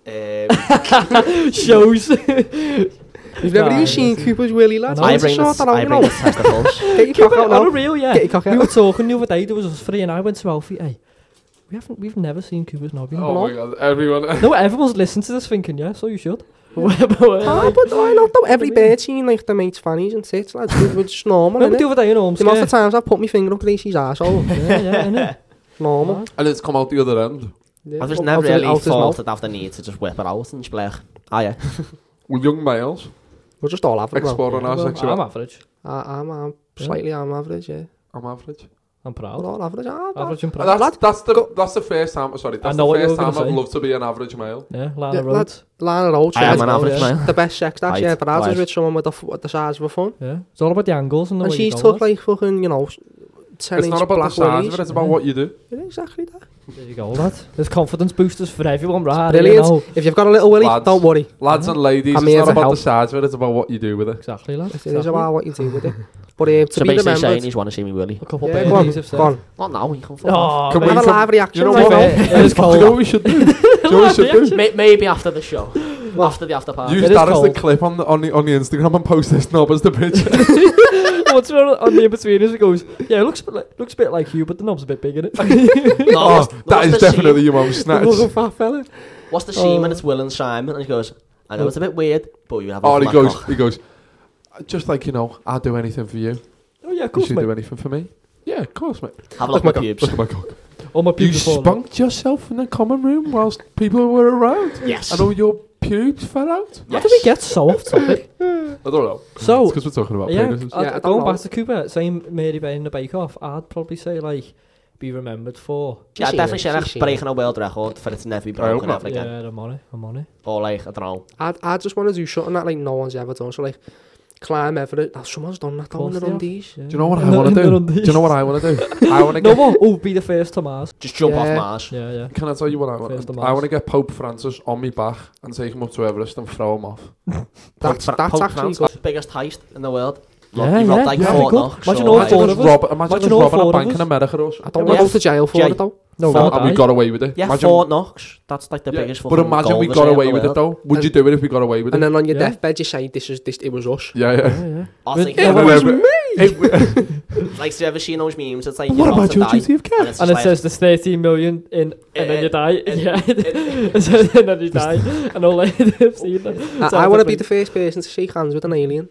Speaker 3: Um,
Speaker 1: shows.
Speaker 4: You've never
Speaker 1: Nah,
Speaker 4: even seen
Speaker 1: listen.
Speaker 4: Cooper's Willy, lads.
Speaker 1: I know.
Speaker 3: I
Speaker 1: I'll
Speaker 3: bring
Speaker 4: Sort
Speaker 3: this.
Speaker 4: that out,
Speaker 3: I
Speaker 4: you
Speaker 3: bring
Speaker 4: know.
Speaker 3: this testicles.
Speaker 4: Get your cock
Speaker 1: Keep it
Speaker 4: out
Speaker 1: on a
Speaker 4: now.
Speaker 1: reel, yeah.
Speaker 4: Get your cock
Speaker 1: We were
Speaker 4: out.
Speaker 1: talking the other day. There was us three, and I went to Alfie. Hey, we haven't. We've never seen Cooper's knob. you know."
Speaker 2: Oh my god, everyone.
Speaker 1: No, everyone's listening to this thinking, yeah. So you should. But we're
Speaker 4: Ah,
Speaker 1: like-
Speaker 4: but why not though? Every bird scene, like, the mate's fannies and tits, lads. It was just normal,
Speaker 1: Remember
Speaker 4: innit?
Speaker 1: the other day, you know, I'm
Speaker 4: The amount of
Speaker 1: scared.
Speaker 4: times I've put my finger up Gracie's asshole.
Speaker 1: Yeah, yeah, innit?
Speaker 4: Normal.
Speaker 2: And it's come out the other end.
Speaker 4: Yeah.
Speaker 3: I've just
Speaker 4: Out
Speaker 3: never
Speaker 4: of- out
Speaker 3: really
Speaker 4: of his mouth.
Speaker 3: thought that I've the need to just whip it out and just be like, ah yeah.
Speaker 2: With young males
Speaker 4: We're just all average. Well,
Speaker 2: exploring our
Speaker 1: Well, I'm
Speaker 2: sexuality.
Speaker 1: average.
Speaker 4: I, I'm, I'm slightly I'm average, yeah.
Speaker 2: I'm average.
Speaker 1: I'm
Speaker 4: We're
Speaker 1: proud.
Speaker 4: all average. I'm, I'm,
Speaker 1: Average and
Speaker 2: And
Speaker 1: proud.
Speaker 2: that's, that's, the, that's the first time, oh, sorry, that's
Speaker 1: know
Speaker 2: the
Speaker 1: what you
Speaker 2: first
Speaker 1: were gonna
Speaker 2: time I'd
Speaker 1: say.
Speaker 2: love to be an average male.
Speaker 1: Yeah, Lana
Speaker 4: Yeah,
Speaker 1: Rhodes.
Speaker 4: Lana Roach,
Speaker 3: I
Speaker 4: yeah,
Speaker 3: am an
Speaker 1: well,
Speaker 3: average
Speaker 1: yeah.
Speaker 3: man.
Speaker 4: the best sex that's
Speaker 3: Right,
Speaker 4: yeah, but I
Speaker 3: right.
Speaker 4: was with someone with the, f- with the size of a phone.
Speaker 1: Yeah, it's all about the angles and the
Speaker 4: and
Speaker 1: way you
Speaker 4: she's
Speaker 1: go.
Speaker 4: took like fucking, you know, s- 10
Speaker 2: It's
Speaker 4: inch
Speaker 2: not about the
Speaker 4: black
Speaker 2: size of
Speaker 4: willies.
Speaker 2: it, it's about
Speaker 1: Yeah.
Speaker 2: what you
Speaker 1: Mm-hmm.
Speaker 2: do.
Speaker 4: Yeah, exactly that.
Speaker 1: There you go, lad. There's confidence boosters for everyone, right?
Speaker 4: Brilliant.
Speaker 1: You know.
Speaker 4: If you've got a little willy,
Speaker 2: Lads.
Speaker 4: don't worry.
Speaker 2: Lads and ladies,
Speaker 4: I'm
Speaker 2: it's
Speaker 4: here
Speaker 2: not
Speaker 4: to
Speaker 2: about
Speaker 4: help.
Speaker 2: the size of it, it's about what you do with it.
Speaker 1: Exactly, lad.
Speaker 4: It
Speaker 1: Exactly.
Speaker 4: is about what you do with it. But um, to
Speaker 3: So
Speaker 4: be
Speaker 3: basically saying
Speaker 4: remembered.
Speaker 3: he's want to see me Willie.
Speaker 1: A couple
Speaker 4: Yeah,
Speaker 1: of
Speaker 4: go on,
Speaker 1: babies have said.
Speaker 4: go on.
Speaker 3: Not now. You can fuck
Speaker 1: Oh,
Speaker 3: off.
Speaker 2: Can we
Speaker 1: mate,
Speaker 4: Have a
Speaker 2: from-
Speaker 4: live reaction.
Speaker 2: You know
Speaker 4: right
Speaker 2: what?
Speaker 4: now.
Speaker 1: It is
Speaker 2: Do you know what
Speaker 1: cold.
Speaker 2: we should do? Do you know what we should do?
Speaker 3: May- Maybe after the show. After the after party.
Speaker 2: Use
Speaker 1: It is
Speaker 2: that as the
Speaker 1: cold.
Speaker 2: clip on the, on the on the Instagram and post this knob as the picture.
Speaker 1: What's wrong on the in between is it goes, yeah, it looks a bit like, looks a bit like you, but the knob's a bit bigger. innit?"
Speaker 3: No,
Speaker 2: oh,
Speaker 3: what's-
Speaker 2: that
Speaker 3: what's
Speaker 2: is
Speaker 3: the
Speaker 2: definitely your mum's snatch.
Speaker 4: Little fat fella.
Speaker 3: scene- What's the scene when it's Will and Simon and he goes, I know it's a bit weird, but you have a
Speaker 2: Oh, and he
Speaker 3: black
Speaker 2: goes,
Speaker 3: cock."
Speaker 2: he goes, just like you know, I'll do anything for you.
Speaker 1: oh yeah, of
Speaker 2: You
Speaker 1: course,
Speaker 2: should do
Speaker 1: mate.
Speaker 2: anything for me. Yeah, of course, mate.
Speaker 3: Have a look at my pubes.
Speaker 2: Look at my cock.
Speaker 1: All my
Speaker 2: You
Speaker 1: pubes are falling.
Speaker 2: spunked yourself in the common room whilst people were around,
Speaker 3: Yes.
Speaker 2: and all your pubes fell out.
Speaker 1: How do we get so off topic?
Speaker 2: I don't know.
Speaker 1: So-
Speaker 2: because we're talking about
Speaker 1: yeah, Uh,
Speaker 2: penises.
Speaker 1: I'd-
Speaker 4: Yeah, I don't
Speaker 1: going
Speaker 4: know.
Speaker 1: back to Cooper, saying Mary Bay in the Bake Off, I'd probably say like be remembered for.
Speaker 3: Yeah, I'd
Speaker 4: She's
Speaker 3: definitely
Speaker 4: seen
Speaker 3: say
Speaker 4: it,
Speaker 3: that's
Speaker 4: she's seen
Speaker 3: breaking a world record for it to never be
Speaker 2: I hope
Speaker 3: broken Oh,
Speaker 2: not.
Speaker 3: ever again.
Speaker 1: yeah, I'm on it. I'm on it.
Speaker 3: Or like, I don't know.
Speaker 4: I, I just want to do something that like no one's ever done. So like climb Everest. Oh, someone's done that though
Speaker 1: Course
Speaker 4: in their
Speaker 1: they have.
Speaker 4: undies.
Speaker 1: Yeah.
Speaker 2: Do you know what
Speaker 1: In
Speaker 2: I
Speaker 1: the-
Speaker 2: want
Speaker 1: in
Speaker 2: to
Speaker 1: the
Speaker 2: do?
Speaker 1: undies.
Speaker 2: Do you know what I want to do? I want to
Speaker 1: No,
Speaker 2: get.
Speaker 1: what? Oh, be the first to Mars.
Speaker 3: Just jump off
Speaker 4: Yeah.
Speaker 3: Mars.
Speaker 1: Yeah, yeah.
Speaker 2: Can I tell you what I
Speaker 1: First
Speaker 2: want?
Speaker 1: of
Speaker 2: I
Speaker 1: all.
Speaker 2: want to get Pope Francis on me back and take him up to Everest and throw him off.
Speaker 4: That's
Speaker 3: Pope Fra-
Speaker 4: that's
Speaker 3: Pope
Speaker 4: actually
Speaker 3: Francis, the biggest heist in the world.
Speaker 1: Yeah,
Speaker 3: Rob- he robbed
Speaker 1: yeah,
Speaker 3: like
Speaker 1: yeah,
Speaker 3: four
Speaker 1: good.
Speaker 3: knocks
Speaker 1: Imagine
Speaker 3: or
Speaker 1: all
Speaker 3: whatever.
Speaker 1: four of
Speaker 2: Imagine us
Speaker 1: us.
Speaker 2: rob- imagine us
Speaker 1: Imagine all
Speaker 2: robbing
Speaker 1: four
Speaker 2: a
Speaker 1: of
Speaker 2: bank
Speaker 1: us.
Speaker 2: in America or
Speaker 4: I
Speaker 2: something.
Speaker 4: don't
Speaker 3: Yeah.
Speaker 4: want to go to jail for
Speaker 3: Yeah.
Speaker 4: it though.
Speaker 1: No,
Speaker 3: Four
Speaker 1: we'll
Speaker 3: I'll
Speaker 2: and we
Speaker 1: die.
Speaker 2: got away with it.
Speaker 3: Yeah,
Speaker 2: Imagine-
Speaker 3: four knocks. That's like the
Speaker 2: Yeah,
Speaker 3: biggest
Speaker 2: But
Speaker 3: fucking
Speaker 2: imagine we
Speaker 3: goal
Speaker 2: got
Speaker 3: reserve
Speaker 2: away
Speaker 3: in
Speaker 2: with
Speaker 3: the
Speaker 2: it though. Would you do it if we got away with
Speaker 4: And
Speaker 2: it?
Speaker 4: then on your
Speaker 1: Yeah.
Speaker 4: deathbed you say this is this it was us.
Speaker 2: Yeah, yeah.
Speaker 1: Yeah, yeah.
Speaker 3: world. I
Speaker 1: With-
Speaker 3: think
Speaker 1: Yeah,
Speaker 3: that
Speaker 1: but-
Speaker 3: was-
Speaker 1: was
Speaker 2: me. It w-
Speaker 3: Like, have you ever seen those memes? It's like,
Speaker 2: But
Speaker 3: you're
Speaker 2: what
Speaker 3: about
Speaker 2: about
Speaker 3: to
Speaker 2: your
Speaker 3: die.
Speaker 2: duty of care?
Speaker 3: And it's
Speaker 1: and
Speaker 3: just
Speaker 1: it
Speaker 3: like,
Speaker 1: says there's 13 million in,
Speaker 3: Eh,
Speaker 1: and then you
Speaker 3: and-
Speaker 1: die.
Speaker 3: and-
Speaker 1: yeah,
Speaker 3: and-
Speaker 1: and so then you die, and all they've seen them.
Speaker 4: I, I want to be the first person to shake hands with an alien.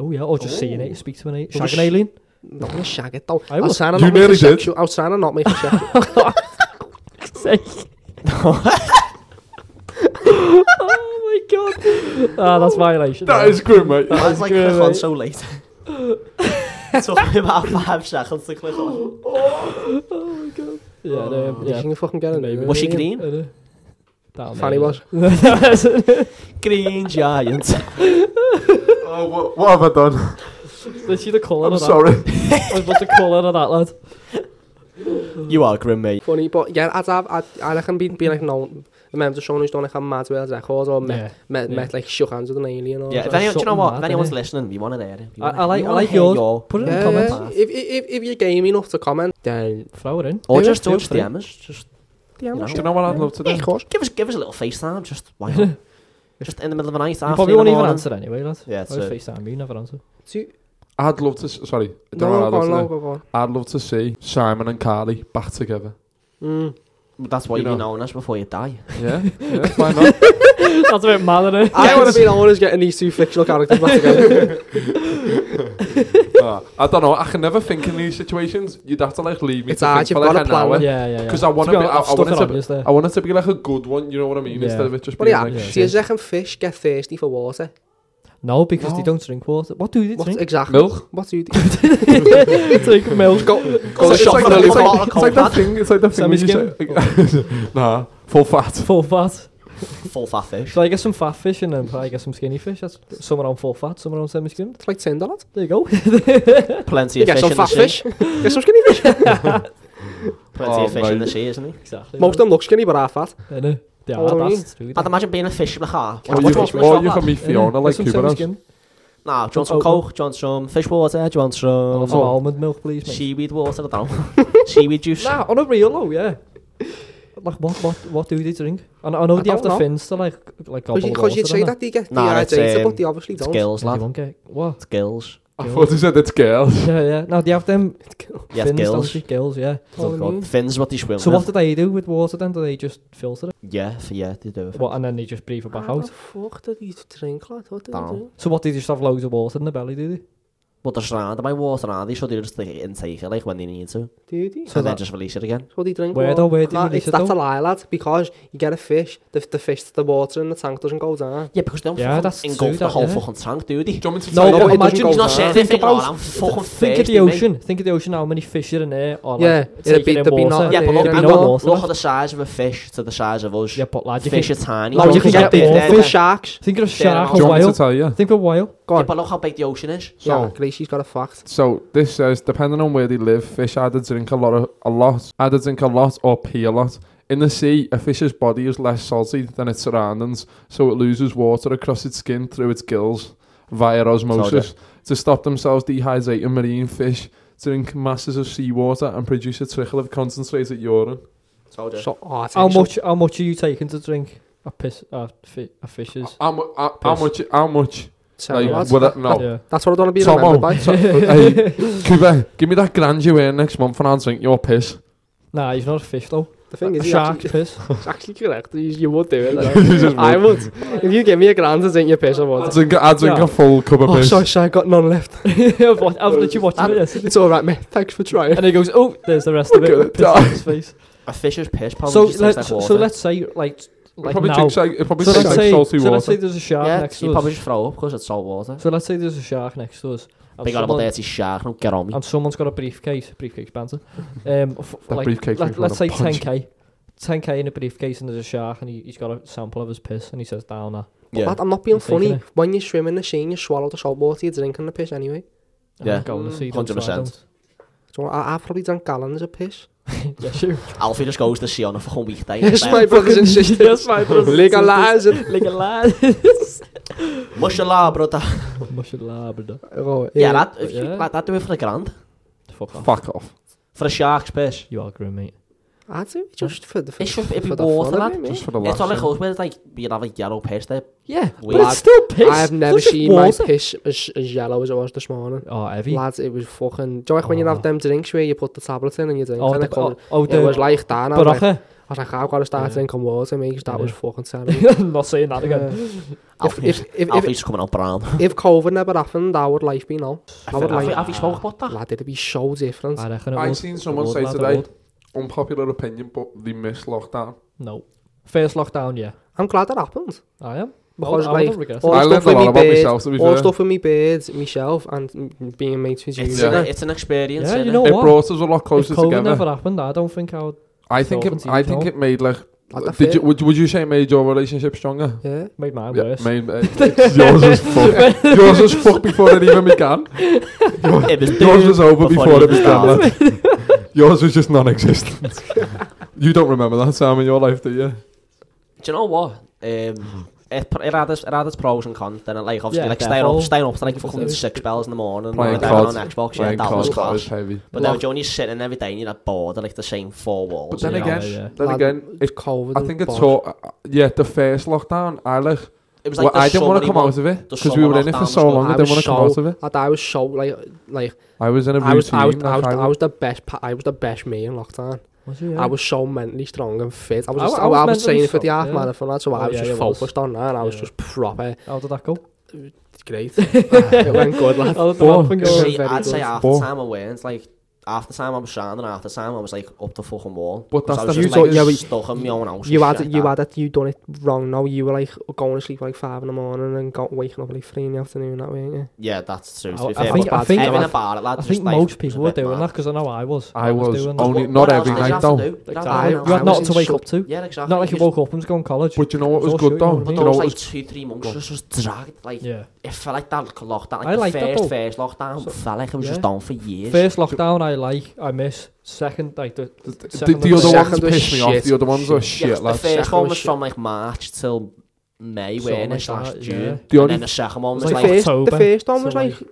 Speaker 1: Oh yeah, or just seeing
Speaker 3: Ooh.
Speaker 1: it, speak to an alien,
Speaker 4: Well,
Speaker 1: shag an alien.
Speaker 4: Not gonna shag it though.
Speaker 1: I
Speaker 4: I was
Speaker 1: was-
Speaker 4: trying to
Speaker 2: You
Speaker 4: not make a
Speaker 2: nearly did.
Speaker 4: sexual. I was trying to not make a sexual.
Speaker 1: Say. oh my god, ah, that's violation.
Speaker 2: that is grim, mate.
Speaker 3: I was like,
Speaker 1: Yeah,
Speaker 3: click on
Speaker 1: mate.
Speaker 3: so late. it took me about five seconds to click on.
Speaker 1: yeah, no,
Speaker 4: Did
Speaker 1: yeah.
Speaker 4: you fucking get it?
Speaker 1: Maybe.
Speaker 3: Was she green?
Speaker 1: Uh, down
Speaker 4: Fanny
Speaker 1: there.
Speaker 4: was.
Speaker 3: Green Giant.
Speaker 2: Oh, what, what have I done?
Speaker 1: Did she the colour
Speaker 2: I'm
Speaker 1: of
Speaker 2: Oh, sorry.
Speaker 1: that? I was about the colour of that lad.
Speaker 3: you are grim, mate.
Speaker 4: Funny, but yeah, I'd have, I'd, I reckon being, being like known, remember someone who's done like a mad world record
Speaker 3: Um,
Speaker 4: or met,
Speaker 1: Yeah.
Speaker 4: met,
Speaker 1: yeah.
Speaker 4: met like shook hands with an alien or
Speaker 3: Yeah, if
Speaker 1: that's
Speaker 3: anyone, do you know
Speaker 1: something
Speaker 3: what?
Speaker 1: mad,
Speaker 3: If anyone's
Speaker 1: innit?
Speaker 3: listening, we want to hear it. We
Speaker 1: I-
Speaker 3: wanna-
Speaker 1: I like-
Speaker 3: we
Speaker 1: I
Speaker 3: wanna
Speaker 1: like
Speaker 3: hear
Speaker 1: yours.
Speaker 3: your-
Speaker 1: Put it in
Speaker 3: your
Speaker 1: the
Speaker 4: Yeah,
Speaker 1: comments.
Speaker 4: yeah.
Speaker 3: path.
Speaker 4: If, if, if you're game enough to comment, then
Speaker 1: Flower in.
Speaker 3: Or
Speaker 4: Yeah,
Speaker 3: just
Speaker 4: feel
Speaker 3: touch
Speaker 4: free.
Speaker 3: the Emmers. Just
Speaker 4: yeah,
Speaker 3: know.
Speaker 2: Do you know what I'd love to do?
Speaker 4: of course.
Speaker 3: give us, give us a little FaceTime. Just why not? Just in the middle of the night.
Speaker 1: You
Speaker 3: half
Speaker 1: probably
Speaker 3: three in the
Speaker 1: won't even
Speaker 3: morning.
Speaker 1: answer anyway, lad.
Speaker 3: Yeah,
Speaker 1: I
Speaker 3: it's
Speaker 1: was
Speaker 3: it.
Speaker 1: FaceTime you, never answer.
Speaker 4: Do you,
Speaker 2: I'd love to. s- Sorry, I
Speaker 4: no,
Speaker 2: don't know
Speaker 4: go
Speaker 2: what I'd
Speaker 4: on, no,
Speaker 2: love to do.
Speaker 4: go on.
Speaker 2: I'd love to see Simon and Carly back together.
Speaker 4: Mm.
Speaker 3: That's why
Speaker 2: You
Speaker 3: you be
Speaker 2: know.
Speaker 3: known as before you die.
Speaker 2: Yeah, yeah why not?
Speaker 1: That's a bit mad, innit?
Speaker 4: I want to be the one who's getting these two fictional characters back together.
Speaker 2: Uh, I don't know. I can never think in these situations. You'd have to like leave me
Speaker 4: It's
Speaker 2: to
Speaker 4: hard,
Speaker 2: think
Speaker 4: you've
Speaker 2: for like an
Speaker 4: got a plan,
Speaker 2: hour.
Speaker 1: Yeah, yeah, yeah.
Speaker 2: Because I want to
Speaker 1: be
Speaker 2: be, I,
Speaker 1: honest,
Speaker 2: I
Speaker 1: I've
Speaker 2: want
Speaker 1: stuck
Speaker 2: it
Speaker 1: it on
Speaker 2: to,
Speaker 1: just there.
Speaker 2: I want it to be like a good one. You know what I mean?
Speaker 1: Yeah.
Speaker 2: Instead of it just
Speaker 4: Well,
Speaker 2: being
Speaker 4: yeah,
Speaker 2: like,
Speaker 1: Yeah.
Speaker 4: do you reckon fish get thirsty for water?
Speaker 1: No, because they
Speaker 2: No.
Speaker 1: don't drink water. What do they
Speaker 4: What,
Speaker 1: drink?
Speaker 4: exactly.
Speaker 2: milk.
Speaker 4: What do you do?
Speaker 1: drink milk.
Speaker 4: go,
Speaker 3: Go
Speaker 4: go
Speaker 3: to
Speaker 4: to
Speaker 2: It's
Speaker 4: shop
Speaker 3: shop
Speaker 2: like,
Speaker 4: for
Speaker 3: for a
Speaker 2: that-
Speaker 4: a
Speaker 2: it's like,
Speaker 3: little bottle of
Speaker 2: it's like
Speaker 3: cold
Speaker 2: that thing. It's like that thing. You say, nah, full fat.
Speaker 1: Full
Speaker 2: Oh,
Speaker 1: fat.
Speaker 3: Full fat fish.
Speaker 1: So I get some fat fish and then I get some skinny fish. That's some around full fat, some around semi skinned.
Speaker 4: It's like ten dollars.
Speaker 1: There you go.
Speaker 3: Plenty
Speaker 4: You
Speaker 3: of
Speaker 4: get
Speaker 3: fish
Speaker 4: some
Speaker 3: in the
Speaker 4: fat
Speaker 3: sea.
Speaker 4: fish. Get some skinny fish.
Speaker 3: Plenty
Speaker 2: Oh,
Speaker 3: of fish in the
Speaker 2: mate.
Speaker 3: sea, isn't he?
Speaker 1: exactly.
Speaker 4: Most of them look skinny, but are fat.
Speaker 1: them. Yeah,
Speaker 4: All right.
Speaker 1: that's true.
Speaker 3: I'd imagine being a fish in a car.
Speaker 2: Or
Speaker 3: What do
Speaker 2: you,
Speaker 3: you want from a
Speaker 2: or
Speaker 3: shop
Speaker 2: you
Speaker 3: at?
Speaker 2: can be Fiona
Speaker 1: Innit? Get
Speaker 2: like
Speaker 1: some
Speaker 2: Cuba.
Speaker 1: semi-skin.
Speaker 3: Nah, do you want
Speaker 1: Some
Speaker 3: some
Speaker 1: oatmeal.
Speaker 3: coke? Do you want some fish water? Do you want some...
Speaker 1: Or some almond milk, please, mate.
Speaker 3: Seaweed water, I don't know. Seaweed juice.
Speaker 1: Nah, on a real low, yeah. Like what? What? What do they drink? And I know
Speaker 4: I
Speaker 1: they have
Speaker 4: don't
Speaker 1: the
Speaker 4: know.
Speaker 1: fins to like like gobble water.
Speaker 4: Because you'd say
Speaker 1: don't
Speaker 4: that they get
Speaker 3: Nah, it's,
Speaker 4: dehydrated,
Speaker 3: um,
Speaker 4: but they obviously
Speaker 3: It's
Speaker 4: don't.
Speaker 1: they?
Speaker 3: girls,
Speaker 1: Yeah, they
Speaker 3: lad.
Speaker 1: won't get what?
Speaker 3: It's girls.
Speaker 2: I thought you said it's girls.
Speaker 1: Yeah, yeah. Now they have them
Speaker 3: Yeah,
Speaker 1: fins,
Speaker 3: it's
Speaker 1: don't
Speaker 3: girls.
Speaker 1: they? Girls, yeah.
Speaker 4: Oh, no.
Speaker 3: Fins what they swim
Speaker 1: So
Speaker 3: with.
Speaker 1: what do they do with water then? Do they just filter it?
Speaker 3: Yeah, f- yeah, they do.
Speaker 1: What, and then they just breathe it back
Speaker 4: How
Speaker 1: out?
Speaker 4: the Ah, fuck did he drink that? What did he
Speaker 3: Don't.
Speaker 4: do?
Speaker 1: So what? They just have loads of water in the belly, do they?
Speaker 3: But they're surrounded by water, aren't they? So they just like, intake it like when they need to.
Speaker 1: So
Speaker 4: Did he?
Speaker 3: So and then
Speaker 1: that-
Speaker 3: just release it again.
Speaker 4: That's what he drink.
Speaker 1: Where though? Where do you
Speaker 4: That-
Speaker 1: release
Speaker 4: it's-
Speaker 1: it
Speaker 4: That's
Speaker 1: though?
Speaker 4: a lie, lad, because you get a fish, the, the fish, the water in the tank doesn't go down.
Speaker 3: Yeah, because they don't
Speaker 1: Yeah,
Speaker 3: fucking
Speaker 1: that's
Speaker 3: engulf
Speaker 1: true,
Speaker 3: the
Speaker 1: that,
Speaker 3: whole
Speaker 1: yeah.
Speaker 3: fucking tank, do they?
Speaker 2: Do you want me to
Speaker 1: No,
Speaker 2: tell
Speaker 1: but
Speaker 2: you what-
Speaker 4: it doesn't
Speaker 3: Imagine
Speaker 4: go
Speaker 3: he's not
Speaker 4: down.
Speaker 3: saying anything.
Speaker 1: about-
Speaker 3: Oh, I'm
Speaker 1: Think
Speaker 3: fucking
Speaker 1: of
Speaker 3: thirsty,
Speaker 1: the
Speaker 3: mate."
Speaker 1: ocean. Think of the ocean. How many fish are in there? Or
Speaker 4: Yeah,
Speaker 1: like,
Speaker 4: it'd
Speaker 1: taking
Speaker 4: be-
Speaker 1: in
Speaker 4: there'd be
Speaker 1: water.
Speaker 4: nothing
Speaker 3: Yeah, but
Speaker 4: there.
Speaker 3: look,
Speaker 1: There'd be no
Speaker 3: and look,
Speaker 1: water.
Speaker 3: look at the size of a fish to the size of us.
Speaker 1: Yeah, but lad, you
Speaker 3: fish
Speaker 1: can,
Speaker 3: are tiny.
Speaker 1: Lad,
Speaker 4: No,
Speaker 1: you
Speaker 4: you
Speaker 1: can
Speaker 4: can
Speaker 1: get
Speaker 4: get big.
Speaker 1: water.
Speaker 4: There's a sharks.
Speaker 1: think of a
Speaker 3: Fair
Speaker 1: shark
Speaker 3: enough.
Speaker 2: do
Speaker 1: or
Speaker 2: you want me
Speaker 1: whale.
Speaker 2: to tell you?
Speaker 1: Think of a whale.
Speaker 4: Go
Speaker 3: Yeah,
Speaker 4: on.
Speaker 3: but look how big the ocean is.
Speaker 4: Yeah,
Speaker 2: So-
Speaker 4: Gracie's got a fact.
Speaker 2: So this says depending on where they live, fish either drink a lot, of, a lot, either drink a lot or pee a lot. In the sea, a fish's body is less salty than its surroundings, so it loses water across its skin through its gills via osmosis. To stop themselves dehydrating, marine fish drink masses of seawater and produce a trickle of concentrated urine.
Speaker 3: Told you.
Speaker 4: So, oh, it's
Speaker 1: How
Speaker 4: actually-
Speaker 1: much? How much are you taking to drink a piss? A, fi- a fish's.
Speaker 2: How, mu- how, how
Speaker 1: Piss.
Speaker 2: much? How much?
Speaker 4: Tell
Speaker 2: Like,
Speaker 4: you what,
Speaker 2: would I- no.
Speaker 1: Yeah.
Speaker 4: That's what I want to be
Speaker 2: Tomo.
Speaker 4: remembered by.
Speaker 2: So- hey, Cuba, give me that grand you earn next month and I'll drink your piss.
Speaker 1: Nah, he's not a fish though.
Speaker 4: The thing
Speaker 1: a
Speaker 4: is, you
Speaker 1: shark
Speaker 4: actually,
Speaker 1: piss.
Speaker 4: it's actually correct. You, you would do it.
Speaker 2: You
Speaker 4: Like,
Speaker 2: just
Speaker 4: I
Speaker 2: would.
Speaker 4: would. If you give me a grand to drink your piss, I
Speaker 2: I'll
Speaker 4: would.
Speaker 2: drink, I'll drink
Speaker 1: Yeah.
Speaker 2: a full cup of
Speaker 4: Oh,
Speaker 2: piss.
Speaker 4: sorry, sorry, I got none left.
Speaker 1: I've, wa- I've literally watching it. Yes.
Speaker 4: It's all right, mate. Thanks for trying.
Speaker 1: And he goes, oh, there's the rest of
Speaker 2: Look
Speaker 1: it.
Speaker 2: at
Speaker 1: Piss on his face.
Speaker 3: A fish's piss probably
Speaker 1: So
Speaker 3: just tastes
Speaker 1: let's
Speaker 3: like
Speaker 1: so,
Speaker 3: water.
Speaker 1: let's say like
Speaker 2: It
Speaker 1: like nou.
Speaker 2: probably
Speaker 1: now.
Speaker 2: drinks
Speaker 1: So
Speaker 2: like, it probably drinks
Speaker 1: let's
Speaker 2: like
Speaker 1: say
Speaker 2: salty
Speaker 1: so let's
Speaker 2: water.
Speaker 1: say there's a shark
Speaker 3: yeah,
Speaker 1: next
Speaker 3: you
Speaker 1: to
Speaker 3: probably
Speaker 1: us.
Speaker 3: just throw up because it's salt water.
Speaker 1: So let's say there's a shark next to us. and
Speaker 3: Big animal
Speaker 1: someone-
Speaker 3: dirty shark, don't get on me.
Speaker 1: and someone's got a briefcase, briefcase banter. Um, f-
Speaker 2: That
Speaker 1: like,
Speaker 2: briefcase
Speaker 1: let,
Speaker 2: makes me
Speaker 1: let's say ten
Speaker 2: wanna punch.
Speaker 1: k, ten k in a briefcase, and there's a shark, and he, he's got a sample of his piss, and he says down there.
Speaker 4: Lad, I'm not being
Speaker 1: I'm taking
Speaker 4: funny.
Speaker 1: it.
Speaker 4: When you swim in the sea and you swallow the salt water, you're drinking the piss anyway.
Speaker 1: And
Speaker 3: Yeah.
Speaker 1: I'm going to see,
Speaker 3: Mm,
Speaker 1: don't try,
Speaker 3: 100%.
Speaker 4: So I, I've probably drank gallons of piss.
Speaker 1: don't. yeah, sure.
Speaker 3: Alfie just goes to sea on a fucking weekday.
Speaker 4: Yes, my brothers and sisters.
Speaker 1: Yes, my brothers and
Speaker 4: Legalise it.
Speaker 1: Like a lad.
Speaker 3: Mush your law, brother.
Speaker 1: Mush it labrador.
Speaker 4: Oh,
Speaker 3: Yeah, that, if you,
Speaker 1: yeah.
Speaker 3: like, that do it for a grand.
Speaker 1: Fuck off.
Speaker 2: Fuck off.
Speaker 3: For a shark's piss.
Speaker 1: You are grim, mate.
Speaker 4: I do it just for the for
Speaker 3: It's
Speaker 4: the-
Speaker 3: just- it'd be
Speaker 4: for the
Speaker 3: worth
Speaker 4: fun of
Speaker 3: that.
Speaker 4: it, mate.
Speaker 2: Just for the
Speaker 3: It's
Speaker 2: laughs.
Speaker 3: not like
Speaker 2: yeah.
Speaker 3: us where it's like you'd have like yellow piss there.
Speaker 1: Yeah,
Speaker 3: Weird.
Speaker 1: but it's still piss.
Speaker 4: I have never
Speaker 1: It's just
Speaker 4: seen my
Speaker 1: water.
Speaker 4: piss as, as yellow as it was this morning.
Speaker 1: Oh, heavy.
Speaker 4: Lads, it was fucking. Do you like when you
Speaker 1: Oh.
Speaker 4: have them drinks where you put the tablets in and you drink?
Speaker 1: Oh,
Speaker 4: and
Speaker 1: the,
Speaker 4: it
Speaker 1: oh,
Speaker 4: comes-
Speaker 1: oh,
Speaker 4: it was
Speaker 1: the
Speaker 4: like that. And I, was like, I
Speaker 1: Baraka.
Speaker 4: was like, I've got to start
Speaker 1: Yeah.
Speaker 4: drinking water, mate, 'cause that was
Speaker 1: Yeah.
Speaker 4: fucking terrible.
Speaker 1: I'm not saying that again.
Speaker 4: if,
Speaker 3: Alfie's
Speaker 4: if, if, if,
Speaker 3: Alfie's coming out brown.
Speaker 4: if COVID never happened, how would life be now? I would
Speaker 3: Alfie,
Speaker 4: like.
Speaker 3: Alfie spoke about
Speaker 1: Ah.
Speaker 3: that.
Speaker 4: Lad, it'd be eh, so different.
Speaker 1: I reckon it
Speaker 2: I
Speaker 1: would.
Speaker 2: seen
Speaker 1: It
Speaker 2: someone
Speaker 1: would,
Speaker 2: say
Speaker 1: lad, it
Speaker 2: today,
Speaker 1: would.
Speaker 2: unpopular opinion, but they missed lockdown.
Speaker 1: No. First lockdown, yeah.
Speaker 4: I'm glad that happened.
Speaker 1: I am.
Speaker 4: Because,
Speaker 1: I, I wouldn't
Speaker 4: like,
Speaker 1: regret it.
Speaker 4: All
Speaker 2: I learned
Speaker 4: stuff
Speaker 2: a
Speaker 4: with
Speaker 2: lot
Speaker 4: me
Speaker 2: about
Speaker 4: beard,
Speaker 2: myself, to be
Speaker 4: All
Speaker 2: fair.
Speaker 4: stuff with me beard, myself, and mm, being mates with you.
Speaker 3: It's,
Speaker 2: Yeah.
Speaker 3: an, it's an experience.
Speaker 1: Yeah,
Speaker 3: innit?
Speaker 1: you know
Speaker 2: it
Speaker 1: what?
Speaker 2: brought us a lot
Speaker 1: If
Speaker 2: closer
Speaker 1: COVID
Speaker 2: together.
Speaker 1: never happened, I don't think I would.
Speaker 2: I think
Speaker 1: Talking
Speaker 2: it,
Speaker 1: to
Speaker 2: I
Speaker 1: you,
Speaker 2: think
Speaker 1: Tom.
Speaker 2: it made like.
Speaker 4: Like the
Speaker 2: Did
Speaker 4: fit.
Speaker 2: you would, would you say it made your relationship stronger?
Speaker 4: Yeah.
Speaker 1: Made mine
Speaker 2: Yeah,
Speaker 1: worse.
Speaker 2: made, uh, yours was fucked. yours was fucked before it even began. Yours
Speaker 3: It was doomed
Speaker 2: was over
Speaker 3: before
Speaker 2: before
Speaker 3: you
Speaker 2: it was
Speaker 3: even
Speaker 2: done. lad. Yours was just non-existent. you don't remember that time in your life, do you?
Speaker 3: Do you know what? Um, it, pr- it, had its, it had its pros and cons, didn't it? Like, obviously,
Speaker 1: Yeah,
Speaker 3: like, staying
Speaker 1: defo.
Speaker 3: up, staying up to, like, fucking
Speaker 1: Definitely.
Speaker 3: six bells in the morning.
Speaker 2: Playing
Speaker 3: and then
Speaker 2: COD,
Speaker 3: on Xbox, yeah,
Speaker 2: Playing
Speaker 3: that
Speaker 2: cards,
Speaker 3: was
Speaker 2: that
Speaker 3: class.
Speaker 2: was heavy.
Speaker 3: But then when you're only sitting every day and you're not bored, they're, like, the same four
Speaker 2: But
Speaker 3: walls.
Speaker 2: then
Speaker 1: yeah,
Speaker 2: again,
Speaker 1: yeah.
Speaker 2: then
Speaker 4: Lad,
Speaker 2: again, it,
Speaker 4: COVID.
Speaker 2: I
Speaker 4: was
Speaker 2: think it's
Speaker 4: bosh.
Speaker 2: taught. Yeah, the first lockdown, I like.
Speaker 3: It was
Speaker 2: well,
Speaker 3: the
Speaker 2: I didn't want to
Speaker 3: summery
Speaker 2: come
Speaker 3: one.
Speaker 2: out of it
Speaker 3: the
Speaker 2: because we were
Speaker 3: summer
Speaker 2: in it
Speaker 3: lockdown
Speaker 2: for
Speaker 3: was
Speaker 2: so long. I
Speaker 4: I
Speaker 2: didn't
Speaker 4: was
Speaker 2: want to come out
Speaker 4: so-
Speaker 2: of it.
Speaker 4: Lad, I was so like like
Speaker 2: I was in a
Speaker 4: I was
Speaker 2: routine.
Speaker 4: I was I was,
Speaker 2: like,
Speaker 4: I was the best pa- I was the best me in lockdown.
Speaker 1: Was it, yeah?
Speaker 4: I was so mentally strong and fit. I was
Speaker 1: I
Speaker 4: just,
Speaker 1: wa-
Speaker 4: I,
Speaker 1: I was
Speaker 4: I was
Speaker 1: mentally
Speaker 4: training for the
Speaker 1: strong,
Speaker 4: half
Speaker 1: yeah.
Speaker 4: marathon. That's why
Speaker 1: Oh,
Speaker 4: I was
Speaker 1: yeah, you
Speaker 4: just
Speaker 1: was.
Speaker 4: focused on that. And I was
Speaker 1: Yeah.
Speaker 4: just proper
Speaker 1: How did that go?
Speaker 4: great. it went good, lad.
Speaker 1: How did
Speaker 2: Four.
Speaker 1: that
Speaker 4: It was
Speaker 1: go?
Speaker 3: See,
Speaker 4: very
Speaker 3: I'd say
Speaker 4: good.
Speaker 3: half the
Speaker 2: Four.
Speaker 3: time I weren't, like, half the time I was shining, and half the time I was, like, up the fucking wall.
Speaker 2: But
Speaker 3: 'Cause
Speaker 2: that's
Speaker 3: I was
Speaker 2: the
Speaker 3: just,
Speaker 4: thing
Speaker 3: like,
Speaker 4: is- Yeah, but
Speaker 3: stuck in my own house.
Speaker 4: You
Speaker 3: and
Speaker 4: had
Speaker 3: shit
Speaker 4: it, you
Speaker 3: like
Speaker 4: had it, you done it wrong now. You were like going to sleep at like five in the morning and got waking up at like three in the afternoon that way, yeah.
Speaker 3: that. Yeah, that's true. To
Speaker 1: I-
Speaker 3: be
Speaker 1: I
Speaker 3: fair.
Speaker 1: think-
Speaker 3: but
Speaker 1: I think-
Speaker 3: having
Speaker 1: I-
Speaker 3: a bar, lad,
Speaker 1: I
Speaker 3: just,
Speaker 1: think
Speaker 3: like,
Speaker 1: most
Speaker 3: was a
Speaker 1: people were
Speaker 3: bit mad.
Speaker 1: doing that because I know I was.
Speaker 2: I was
Speaker 1: doing that.
Speaker 2: only
Speaker 3: What-
Speaker 2: not
Speaker 3: what else
Speaker 2: every
Speaker 3: did you
Speaker 2: night
Speaker 3: have to
Speaker 2: though.
Speaker 3: do? You'd have to
Speaker 4: I-
Speaker 1: You
Speaker 3: go out
Speaker 4: I
Speaker 1: had
Speaker 3: and
Speaker 1: nothing
Speaker 4: was
Speaker 1: to
Speaker 4: in
Speaker 1: wake
Speaker 4: shock.
Speaker 1: up to.
Speaker 3: Yeah, exactly.
Speaker 1: Not like you
Speaker 3: just-
Speaker 1: woke up and was going to college.
Speaker 2: But you know what
Speaker 1: It was
Speaker 2: was
Speaker 1: all
Speaker 2: good
Speaker 1: shit, you know
Speaker 2: though?
Speaker 1: what I mean?
Speaker 2: Do you
Speaker 3: But
Speaker 2: know
Speaker 3: those
Speaker 2: what
Speaker 3: like
Speaker 2: was
Speaker 3: two, three months
Speaker 2: Go.
Speaker 3: was just dragged. Like
Speaker 1: Yeah.
Speaker 3: it felt like that lockdown. Like
Speaker 1: I
Speaker 3: the
Speaker 1: like that though.
Speaker 3: first first lockdown
Speaker 1: So-
Speaker 3: felt like it was
Speaker 1: yeah.
Speaker 3: just on for years.
Speaker 1: First lockdown, I like, I miss. Second, like the
Speaker 2: The, the-
Speaker 1: Second
Speaker 2: the
Speaker 1: and
Speaker 2: other
Speaker 4: third.
Speaker 2: ones
Speaker 4: Second was
Speaker 2: pissed me off.
Speaker 4: shit.
Speaker 2: The other ones are
Speaker 3: yeah,
Speaker 2: shit,
Speaker 3: 'cause the
Speaker 2: lads.
Speaker 3: first
Speaker 4: Second
Speaker 3: one
Speaker 4: was
Speaker 3: was
Speaker 4: shit.
Speaker 3: from like March till May,
Speaker 1: Something
Speaker 3: weren't it?
Speaker 1: like
Speaker 3: Slash
Speaker 1: that,
Speaker 3: June.
Speaker 1: yeah.
Speaker 3: And
Speaker 2: The only-
Speaker 3: then the second one
Speaker 1: It
Speaker 3: was
Speaker 1: was
Speaker 4: The
Speaker 1: like
Speaker 3: like,
Speaker 4: first, the
Speaker 1: October
Speaker 4: first one
Speaker 1: to,
Speaker 4: was
Speaker 1: like-
Speaker 4: like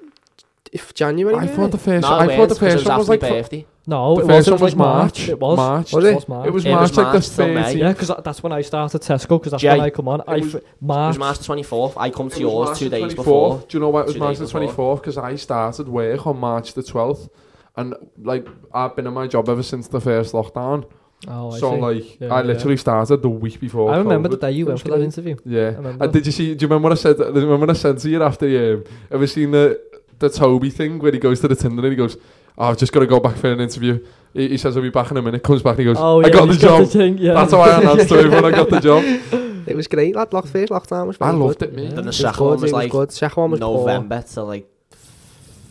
Speaker 4: if January.
Speaker 2: I
Speaker 4: yeah.
Speaker 2: thought the first.
Speaker 3: no,
Speaker 2: I
Speaker 3: it
Speaker 2: thought the
Speaker 3: weren't, 'cause it
Speaker 2: first
Speaker 3: was
Speaker 2: one was
Speaker 3: after
Speaker 2: like.
Speaker 3: my
Speaker 2: fu-
Speaker 3: birthday.
Speaker 1: No,
Speaker 2: The
Speaker 1: it
Speaker 2: first
Speaker 1: wasn't. It
Speaker 2: one
Speaker 1: was
Speaker 2: was March.
Speaker 1: March. It was.
Speaker 2: March.
Speaker 4: Was
Speaker 1: it?
Speaker 4: it?
Speaker 1: was March.
Speaker 2: It was
Speaker 3: It was
Speaker 2: March like the
Speaker 3: March till May.
Speaker 2: first.
Speaker 1: Yeah, because that, that's when I started Tesco, because that's
Speaker 3: Jay.
Speaker 1: when I come on. I
Speaker 2: It was-
Speaker 1: f-
Speaker 3: It
Speaker 1: March.
Speaker 3: was March the twenty fourth. I come to
Speaker 2: It was
Speaker 3: yours
Speaker 2: March
Speaker 3: two
Speaker 2: the
Speaker 3: days
Speaker 2: 24th.
Speaker 3: before.
Speaker 2: Do you know why it was
Speaker 3: Two
Speaker 2: March
Speaker 3: days
Speaker 2: the
Speaker 3: before.
Speaker 2: twenty fourth? Because I started work on March the twelfth, and like I've been in my job ever since the first lockdown.
Speaker 1: Oh, I
Speaker 2: so
Speaker 1: see.
Speaker 2: like
Speaker 1: Yeah,
Speaker 2: I
Speaker 1: yeah.
Speaker 2: literally started the week before.
Speaker 1: I remember the
Speaker 2: COVID.
Speaker 1: day you
Speaker 4: It
Speaker 1: went
Speaker 4: was
Speaker 1: for that
Speaker 4: great.
Speaker 1: interview.
Speaker 2: Yeah.
Speaker 1: remember.
Speaker 2: Uh, did you see? Do you remember what I said? Do you remember what I said to you after? Um, ever seen the the Toby thing where he goes to the Tinder and he goes, oh, "I've just got to go back for an interview." He, he says, "I'll be back in a minute." Comes back and he goes,
Speaker 1: Oh, yeah,
Speaker 2: "I got the
Speaker 1: he's
Speaker 2: job."
Speaker 1: thing, yeah.
Speaker 2: That's how I announced to everyone I got the job.
Speaker 4: It was great, lad. Lock first lockdown was
Speaker 2: I
Speaker 4: very
Speaker 2: loved
Speaker 4: good.
Speaker 2: it, mate.
Speaker 1: Yeah.
Speaker 3: Then the
Speaker 4: It
Speaker 3: second
Speaker 4: good,
Speaker 3: one
Speaker 4: it
Speaker 3: was like
Speaker 4: good. Second one was poor.
Speaker 3: November till like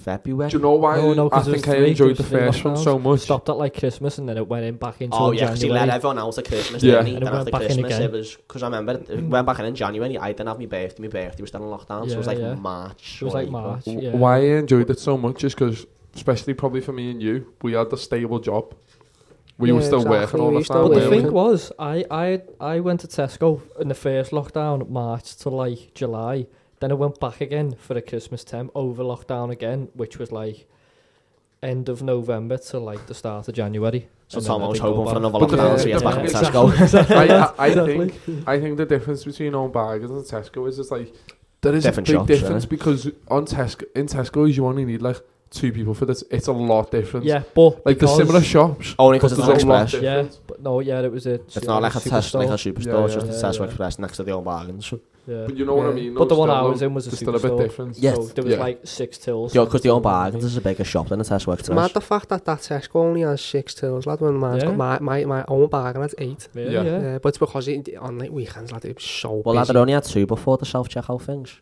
Speaker 3: February.
Speaker 2: Do you know why?
Speaker 1: No, no,
Speaker 2: I
Speaker 1: 'cause it was
Speaker 2: think I
Speaker 1: three,
Speaker 2: enjoyed
Speaker 1: it
Speaker 2: the
Speaker 1: was three
Speaker 2: first one
Speaker 1: lockdowns.
Speaker 2: so much.
Speaker 1: Stopped at like Christmas and then it went in back into
Speaker 3: Oh yeah, because he
Speaker 1: January.
Speaker 3: let everyone out at Christmas.
Speaker 2: Yeah.
Speaker 3: Yeah, didn't he?
Speaker 1: And it
Speaker 3: then
Speaker 1: went
Speaker 3: after
Speaker 1: back in
Speaker 3: Christmas
Speaker 1: again.
Speaker 3: it was because I remember it, it went back in in January. I didn't have my birthday. My birthday was then in lockdown, so it was
Speaker 1: Yeah,
Speaker 3: like
Speaker 1: yeah.
Speaker 3: March.
Speaker 1: it was
Speaker 3: or
Speaker 1: like
Speaker 3: April.
Speaker 1: March.
Speaker 2: W-
Speaker 1: Yeah.
Speaker 2: Why I enjoyed it so much is because, especially probably for me and you, we had a stable job. We were
Speaker 4: Yeah,
Speaker 2: still
Speaker 4: exactly,
Speaker 2: working
Speaker 4: we
Speaker 2: all the
Speaker 4: used to
Speaker 2: time.
Speaker 1: But
Speaker 4: work.
Speaker 1: the
Speaker 4: Yeah,
Speaker 1: thing
Speaker 4: okay.
Speaker 1: was, I, I I went to Tesco in the first lockdown, March to like July. Then I went back again for the Christmas term over lockdown again, which was like end of November to like the start of January.
Speaker 3: So
Speaker 1: And then
Speaker 3: Tom, I was
Speaker 1: they go
Speaker 3: hoping for
Speaker 1: back.
Speaker 3: another
Speaker 2: But the-
Speaker 3: lockdown, so he
Speaker 2: yeah,
Speaker 3: gets back up to
Speaker 1: exactly.
Speaker 3: Tesco.
Speaker 2: I, I, I
Speaker 1: Exactly.
Speaker 2: think I think the difference between own bargains and Tesco is it's like there is
Speaker 3: Different
Speaker 2: a big
Speaker 3: shops,
Speaker 2: difference
Speaker 3: innit?
Speaker 2: because on Tesco in Tesco's you only need like two people for this. It's a lot different.
Speaker 1: Yeah, but
Speaker 2: Like the
Speaker 1: because-
Speaker 2: similar shops.
Speaker 3: Only because it's
Speaker 2: there's a
Speaker 3: not
Speaker 2: lot
Speaker 3: express. nou
Speaker 2: different.
Speaker 1: Yeah, but no, yeah, it was a.
Speaker 3: It's not like a test, like a superstore.
Speaker 2: Yeah,
Speaker 3: it's just
Speaker 1: yeah,
Speaker 3: a Tesco
Speaker 1: yeah.
Speaker 3: Express next to the old bargains.
Speaker 1: yeah.
Speaker 2: But you know what I
Speaker 4: Yeah.
Speaker 2: mean.
Speaker 1: But the
Speaker 2: though,
Speaker 1: one I
Speaker 2: still,
Speaker 1: was in was a
Speaker 2: it's still a bit
Speaker 1: superstore.
Speaker 2: different.
Speaker 3: Yeah. Yes.
Speaker 1: So there was
Speaker 2: Yeah.
Speaker 1: like six tills.
Speaker 3: Yeah, because the old bargains is a bigger shop than a Tesco
Speaker 4: It's mad
Speaker 3: Express.
Speaker 4: the fact that that Tesco only has six tills, lad. When mine's
Speaker 1: Yeah.
Speaker 4: got my, my, my own bargain has eight.
Speaker 1: Really,
Speaker 2: Yeah.
Speaker 1: yeah.
Speaker 4: Yeah. but it's because it, on like weekends, lad, it was so
Speaker 3: Well, lad,
Speaker 4: busy.
Speaker 3: they only had two before the self checkout things.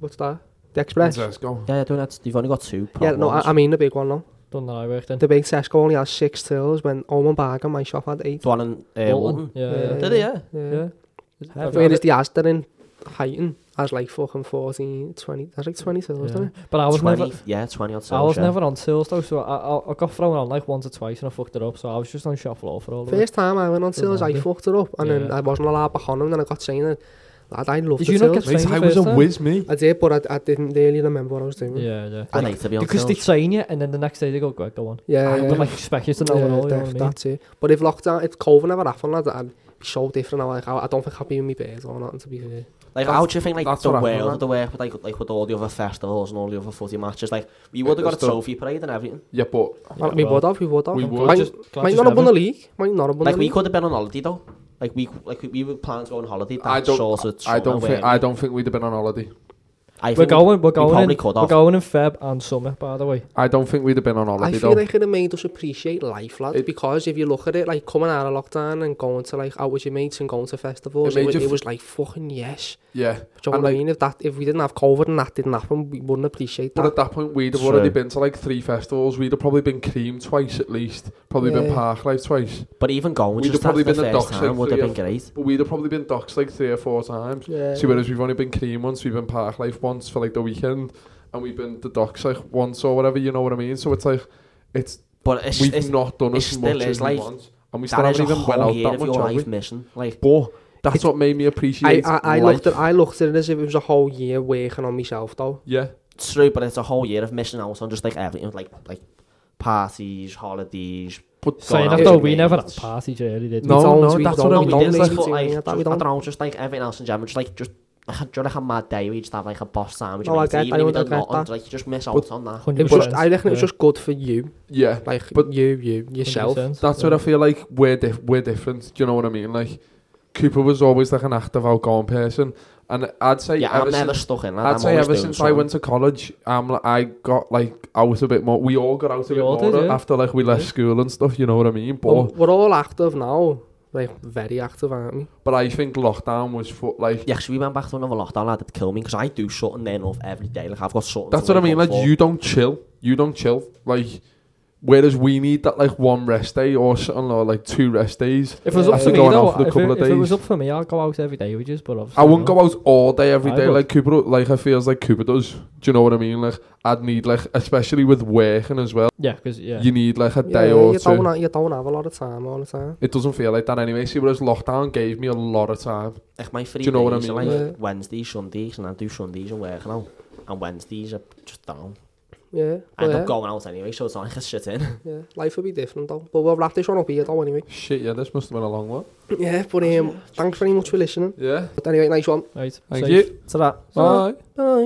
Speaker 4: What's that? The Express. Yeah,
Speaker 2: Tesco.
Speaker 3: Yeah, yeah, don't have, you've only got two.
Speaker 4: no, I, I mean the big one, no.
Speaker 1: Done that I worked in.
Speaker 4: The big Tesco only has six tills when on my bargain, my shop had eight.
Speaker 3: the one in uh, Walton.
Speaker 1: Yeah, yeah.
Speaker 3: Did they? Yeah.
Speaker 1: yeah.
Speaker 4: Yeah.
Speaker 1: Yeah.
Speaker 4: Whereas the Asda in Heighton has like fucking 14, 20, that's like 20 tills,
Speaker 1: Yeah.
Speaker 4: doesn't it?
Speaker 1: But I was
Speaker 3: 20,
Speaker 1: never.
Speaker 3: yeah, 20 odd
Speaker 1: I was
Speaker 3: sales, yeah.
Speaker 1: never on tills though, so I, I I got thrown on like once or twice and I fucked it up. So I was just on shop floor for all of it.
Speaker 4: First time I went on tills, I
Speaker 1: Lovely.
Speaker 4: fucked it up and
Speaker 1: Yeah.
Speaker 4: then I wasn't allowed back on them. Then I got saying that Lad, I love
Speaker 1: Did
Speaker 4: the
Speaker 1: you not
Speaker 4: tills.
Speaker 1: get-
Speaker 2: Mate,
Speaker 1: Same
Speaker 2: I was a
Speaker 1: first time.
Speaker 2: whiz, me.
Speaker 4: I did, but I, I didn't really remember what I was doing. Yeah,
Speaker 1: Yeah, yeah.
Speaker 3: I like to be on
Speaker 1: because they
Speaker 3: tills.
Speaker 1: train you, and then the next day they go, Greg, go on. Ah,
Speaker 4: yeah.
Speaker 1: I
Speaker 4: yeah.
Speaker 1: would like expect you to know
Speaker 4: Yeah,
Speaker 1: it all. You know
Speaker 4: def-
Speaker 1: what I mean?
Speaker 4: That's it. But if lockdown, if COVID never happened, lad, I'd be so different. now, Like, I, I don't think I'd be in my bed or not, to be fair.
Speaker 3: Like,
Speaker 2: That's-
Speaker 3: how do you think, like,
Speaker 2: that's
Speaker 3: the
Speaker 2: what I thought,
Speaker 3: world
Speaker 2: man.
Speaker 3: of the work, with, like, like, with all the other festivals and all the other footy matches, like, we would have got a
Speaker 2: It's done.
Speaker 3: trophy parade and everything.
Speaker 2: Yeah, but
Speaker 1: Yeah,
Speaker 4: we
Speaker 1: well,
Speaker 4: would have, we would have.
Speaker 2: we
Speaker 1: I'm
Speaker 2: would
Speaker 1: glad-
Speaker 4: Might,
Speaker 2: just-
Speaker 1: glad
Speaker 4: might
Speaker 1: you
Speaker 4: not have
Speaker 1: said
Speaker 4: won
Speaker 1: it.
Speaker 4: the league. Might not have won
Speaker 3: Like,
Speaker 4: the
Speaker 3: we
Speaker 4: league.
Speaker 3: could have been on holiday, though. Like, we like we were planning to go on holiday. That
Speaker 2: I don't-
Speaker 3: sort of
Speaker 2: I
Speaker 3: summer
Speaker 2: don't think
Speaker 3: where
Speaker 2: I don't think we'd have been on holiday.
Speaker 3: I
Speaker 1: We're
Speaker 3: think
Speaker 1: going, we're going,
Speaker 3: probably
Speaker 1: in,
Speaker 3: could
Speaker 1: we're
Speaker 3: have.
Speaker 1: going in Feb and summer, by the way.
Speaker 2: I don't think we'd have been on
Speaker 4: I
Speaker 2: holiday
Speaker 4: feel
Speaker 2: though.
Speaker 4: like it'd have made us appreciate life, lad,
Speaker 2: It-
Speaker 4: because if you look at it, like coming out of lockdown and going to like out with your mates and going to festivals,
Speaker 2: It
Speaker 4: it,
Speaker 2: made
Speaker 4: was,
Speaker 2: you
Speaker 4: it
Speaker 2: f-
Speaker 4: was like fucking yes.
Speaker 2: yeah,
Speaker 4: Do you know
Speaker 2: And,
Speaker 4: what I
Speaker 2: like-
Speaker 4: mean? If that, if we didn't have COVID and that didn't happen, we wouldn't appreciate
Speaker 2: but
Speaker 4: that.
Speaker 2: at that point we'd have
Speaker 3: True.
Speaker 2: already been to like three festivals. We'd have probably been creamed twice at least. Probably been
Speaker 4: Yeah.
Speaker 2: park life twice.
Speaker 3: But even going
Speaker 2: We'd have
Speaker 3: just
Speaker 2: probably
Speaker 3: after the
Speaker 2: been at
Speaker 3: first
Speaker 2: Docks,
Speaker 3: time
Speaker 2: like,
Speaker 3: would have
Speaker 2: three
Speaker 3: been great.
Speaker 2: But we'd have probably been doxed like three or four times.
Speaker 4: Yeah.
Speaker 2: See, whereas we've only been creamed once, we've been park life once for like the weekend, and we've been to docs like once or whatever. You know what I mean? So it's like it's
Speaker 3: But it's,
Speaker 2: we've
Speaker 3: it's
Speaker 2: not done
Speaker 3: it
Speaker 2: as
Speaker 3: still
Speaker 2: much
Speaker 3: is,
Speaker 2: as
Speaker 3: like,
Speaker 2: we want, and we still
Speaker 3: that is
Speaker 2: haven't
Speaker 3: a
Speaker 2: even went
Speaker 3: whole
Speaker 2: out
Speaker 3: year
Speaker 2: that
Speaker 3: of your
Speaker 2: much. have
Speaker 3: life
Speaker 2: we?
Speaker 3: missing. Like,
Speaker 2: But that's what made me
Speaker 4: I,
Speaker 2: appreciate.
Speaker 4: I, I
Speaker 2: life.
Speaker 4: looked at I looked at it as if it was a whole year working on myself though.
Speaker 2: Yeah,
Speaker 3: it's true, but it's a whole year of missing out on just like everything, like like parties, holidays.
Speaker 2: but
Speaker 1: Saying
Speaker 3: Saying out
Speaker 1: that
Speaker 3: with
Speaker 1: though,
Speaker 3: your
Speaker 1: we never had
Speaker 3: mates.
Speaker 1: parties really, did
Speaker 2: No,
Speaker 4: We don't-
Speaker 2: no,
Speaker 4: we
Speaker 2: that's
Speaker 4: don't-
Speaker 2: what I
Speaker 4: we
Speaker 2: mean,
Speaker 4: don't
Speaker 2: it's
Speaker 3: Just,
Speaker 4: really
Speaker 2: like-
Speaker 3: but,
Speaker 4: do
Speaker 3: like,
Speaker 4: that,
Speaker 3: just-
Speaker 4: we
Speaker 3: I
Speaker 4: don't.
Speaker 3: don't know, just like everything else in general, just like just. I had- Do you know, like a mad day where you just have like a boss sandwich?
Speaker 4: No, I
Speaker 3: mate,
Speaker 4: get
Speaker 3: even
Speaker 4: that,
Speaker 3: if you
Speaker 4: I get
Speaker 3: don't know,
Speaker 4: that.
Speaker 3: like, you just miss out on that.
Speaker 4: It was just, I reckon it was just good for you,
Speaker 2: yeah.
Speaker 4: like
Speaker 2: But-
Speaker 4: you, you yourself.
Speaker 2: That's what I feel like we're dif- we're different. Do you know what I mean? Like Cooper was always like an active outgoing person, and I'd say
Speaker 3: Yeah, I'm
Speaker 2: ever
Speaker 3: never
Speaker 2: since,
Speaker 3: stuck in that.
Speaker 2: I'd
Speaker 3: I'm
Speaker 2: say
Speaker 3: always
Speaker 2: ever
Speaker 3: doing
Speaker 2: since I
Speaker 3: something.
Speaker 2: went to college, I'm like, I got like out a bit more. We all got out a
Speaker 1: We
Speaker 2: bit
Speaker 1: all
Speaker 2: more
Speaker 1: did, yeah.
Speaker 2: after like we left
Speaker 1: Yeah. Um,
Speaker 2: school and stuff. You know what I mean? But
Speaker 4: Well, we're all active now, like very active, aren't we?
Speaker 2: but I think lockdown was for like
Speaker 3: Yeah, actually, we went back to another lockdown. Like, it'd kill me because I do something then off every day. Like, I've got something.
Speaker 2: that's
Speaker 3: to
Speaker 2: what I
Speaker 3: wake
Speaker 2: mean. Like
Speaker 3: up for.
Speaker 2: you don't chill, you don't chill. Like whereas we need that like one rest day or something or like two rest days.
Speaker 1: If it was
Speaker 4: Yeah.
Speaker 1: up
Speaker 4: After
Speaker 1: to me,
Speaker 2: going
Speaker 1: though,
Speaker 2: off for a
Speaker 1: if,
Speaker 2: couple
Speaker 1: it,
Speaker 2: of
Speaker 1: if it was
Speaker 2: days.
Speaker 1: up for me, I'd go out every day. We just, but obviously
Speaker 2: I wouldn't
Speaker 1: not.
Speaker 2: go out all day every
Speaker 1: I
Speaker 2: day
Speaker 1: would.
Speaker 2: like Cooper. Like I feels like Cooper does. Do you know what I mean? Like I'd need like especially with working as well.
Speaker 1: Yeah, because yeah,
Speaker 2: You need like a
Speaker 4: yeah,
Speaker 2: day or
Speaker 4: you
Speaker 2: two.
Speaker 4: don't have, you don't have a lot of time all the time.
Speaker 2: It doesn't feel like that anyway. See, whereas lockdown gave me a lot of time.
Speaker 3: Like my free
Speaker 2: you know what I
Speaker 3: days
Speaker 2: mean?
Speaker 3: Are
Speaker 4: Yeah.
Speaker 3: like Wednesdays, Sundays, and I do Sundays and working out, and Wednesdays are just down.
Speaker 4: Yeah,
Speaker 2: Oh,
Speaker 3: I end
Speaker 4: well,
Speaker 3: up going out anyway, so it's not like a shit in.
Speaker 4: yeah, yeah, life would be different though. But we'll wrap this one up here though anyway.
Speaker 2: Shit, yeah, this must have been a long one.
Speaker 4: Yeah, but um, thanks very much for listening.
Speaker 2: Yeah.
Speaker 4: But anyway, nice one.
Speaker 1: Right,
Speaker 2: Thank
Speaker 1: safe.
Speaker 2: you.
Speaker 3: So that
Speaker 2: Bye.
Speaker 4: Bye.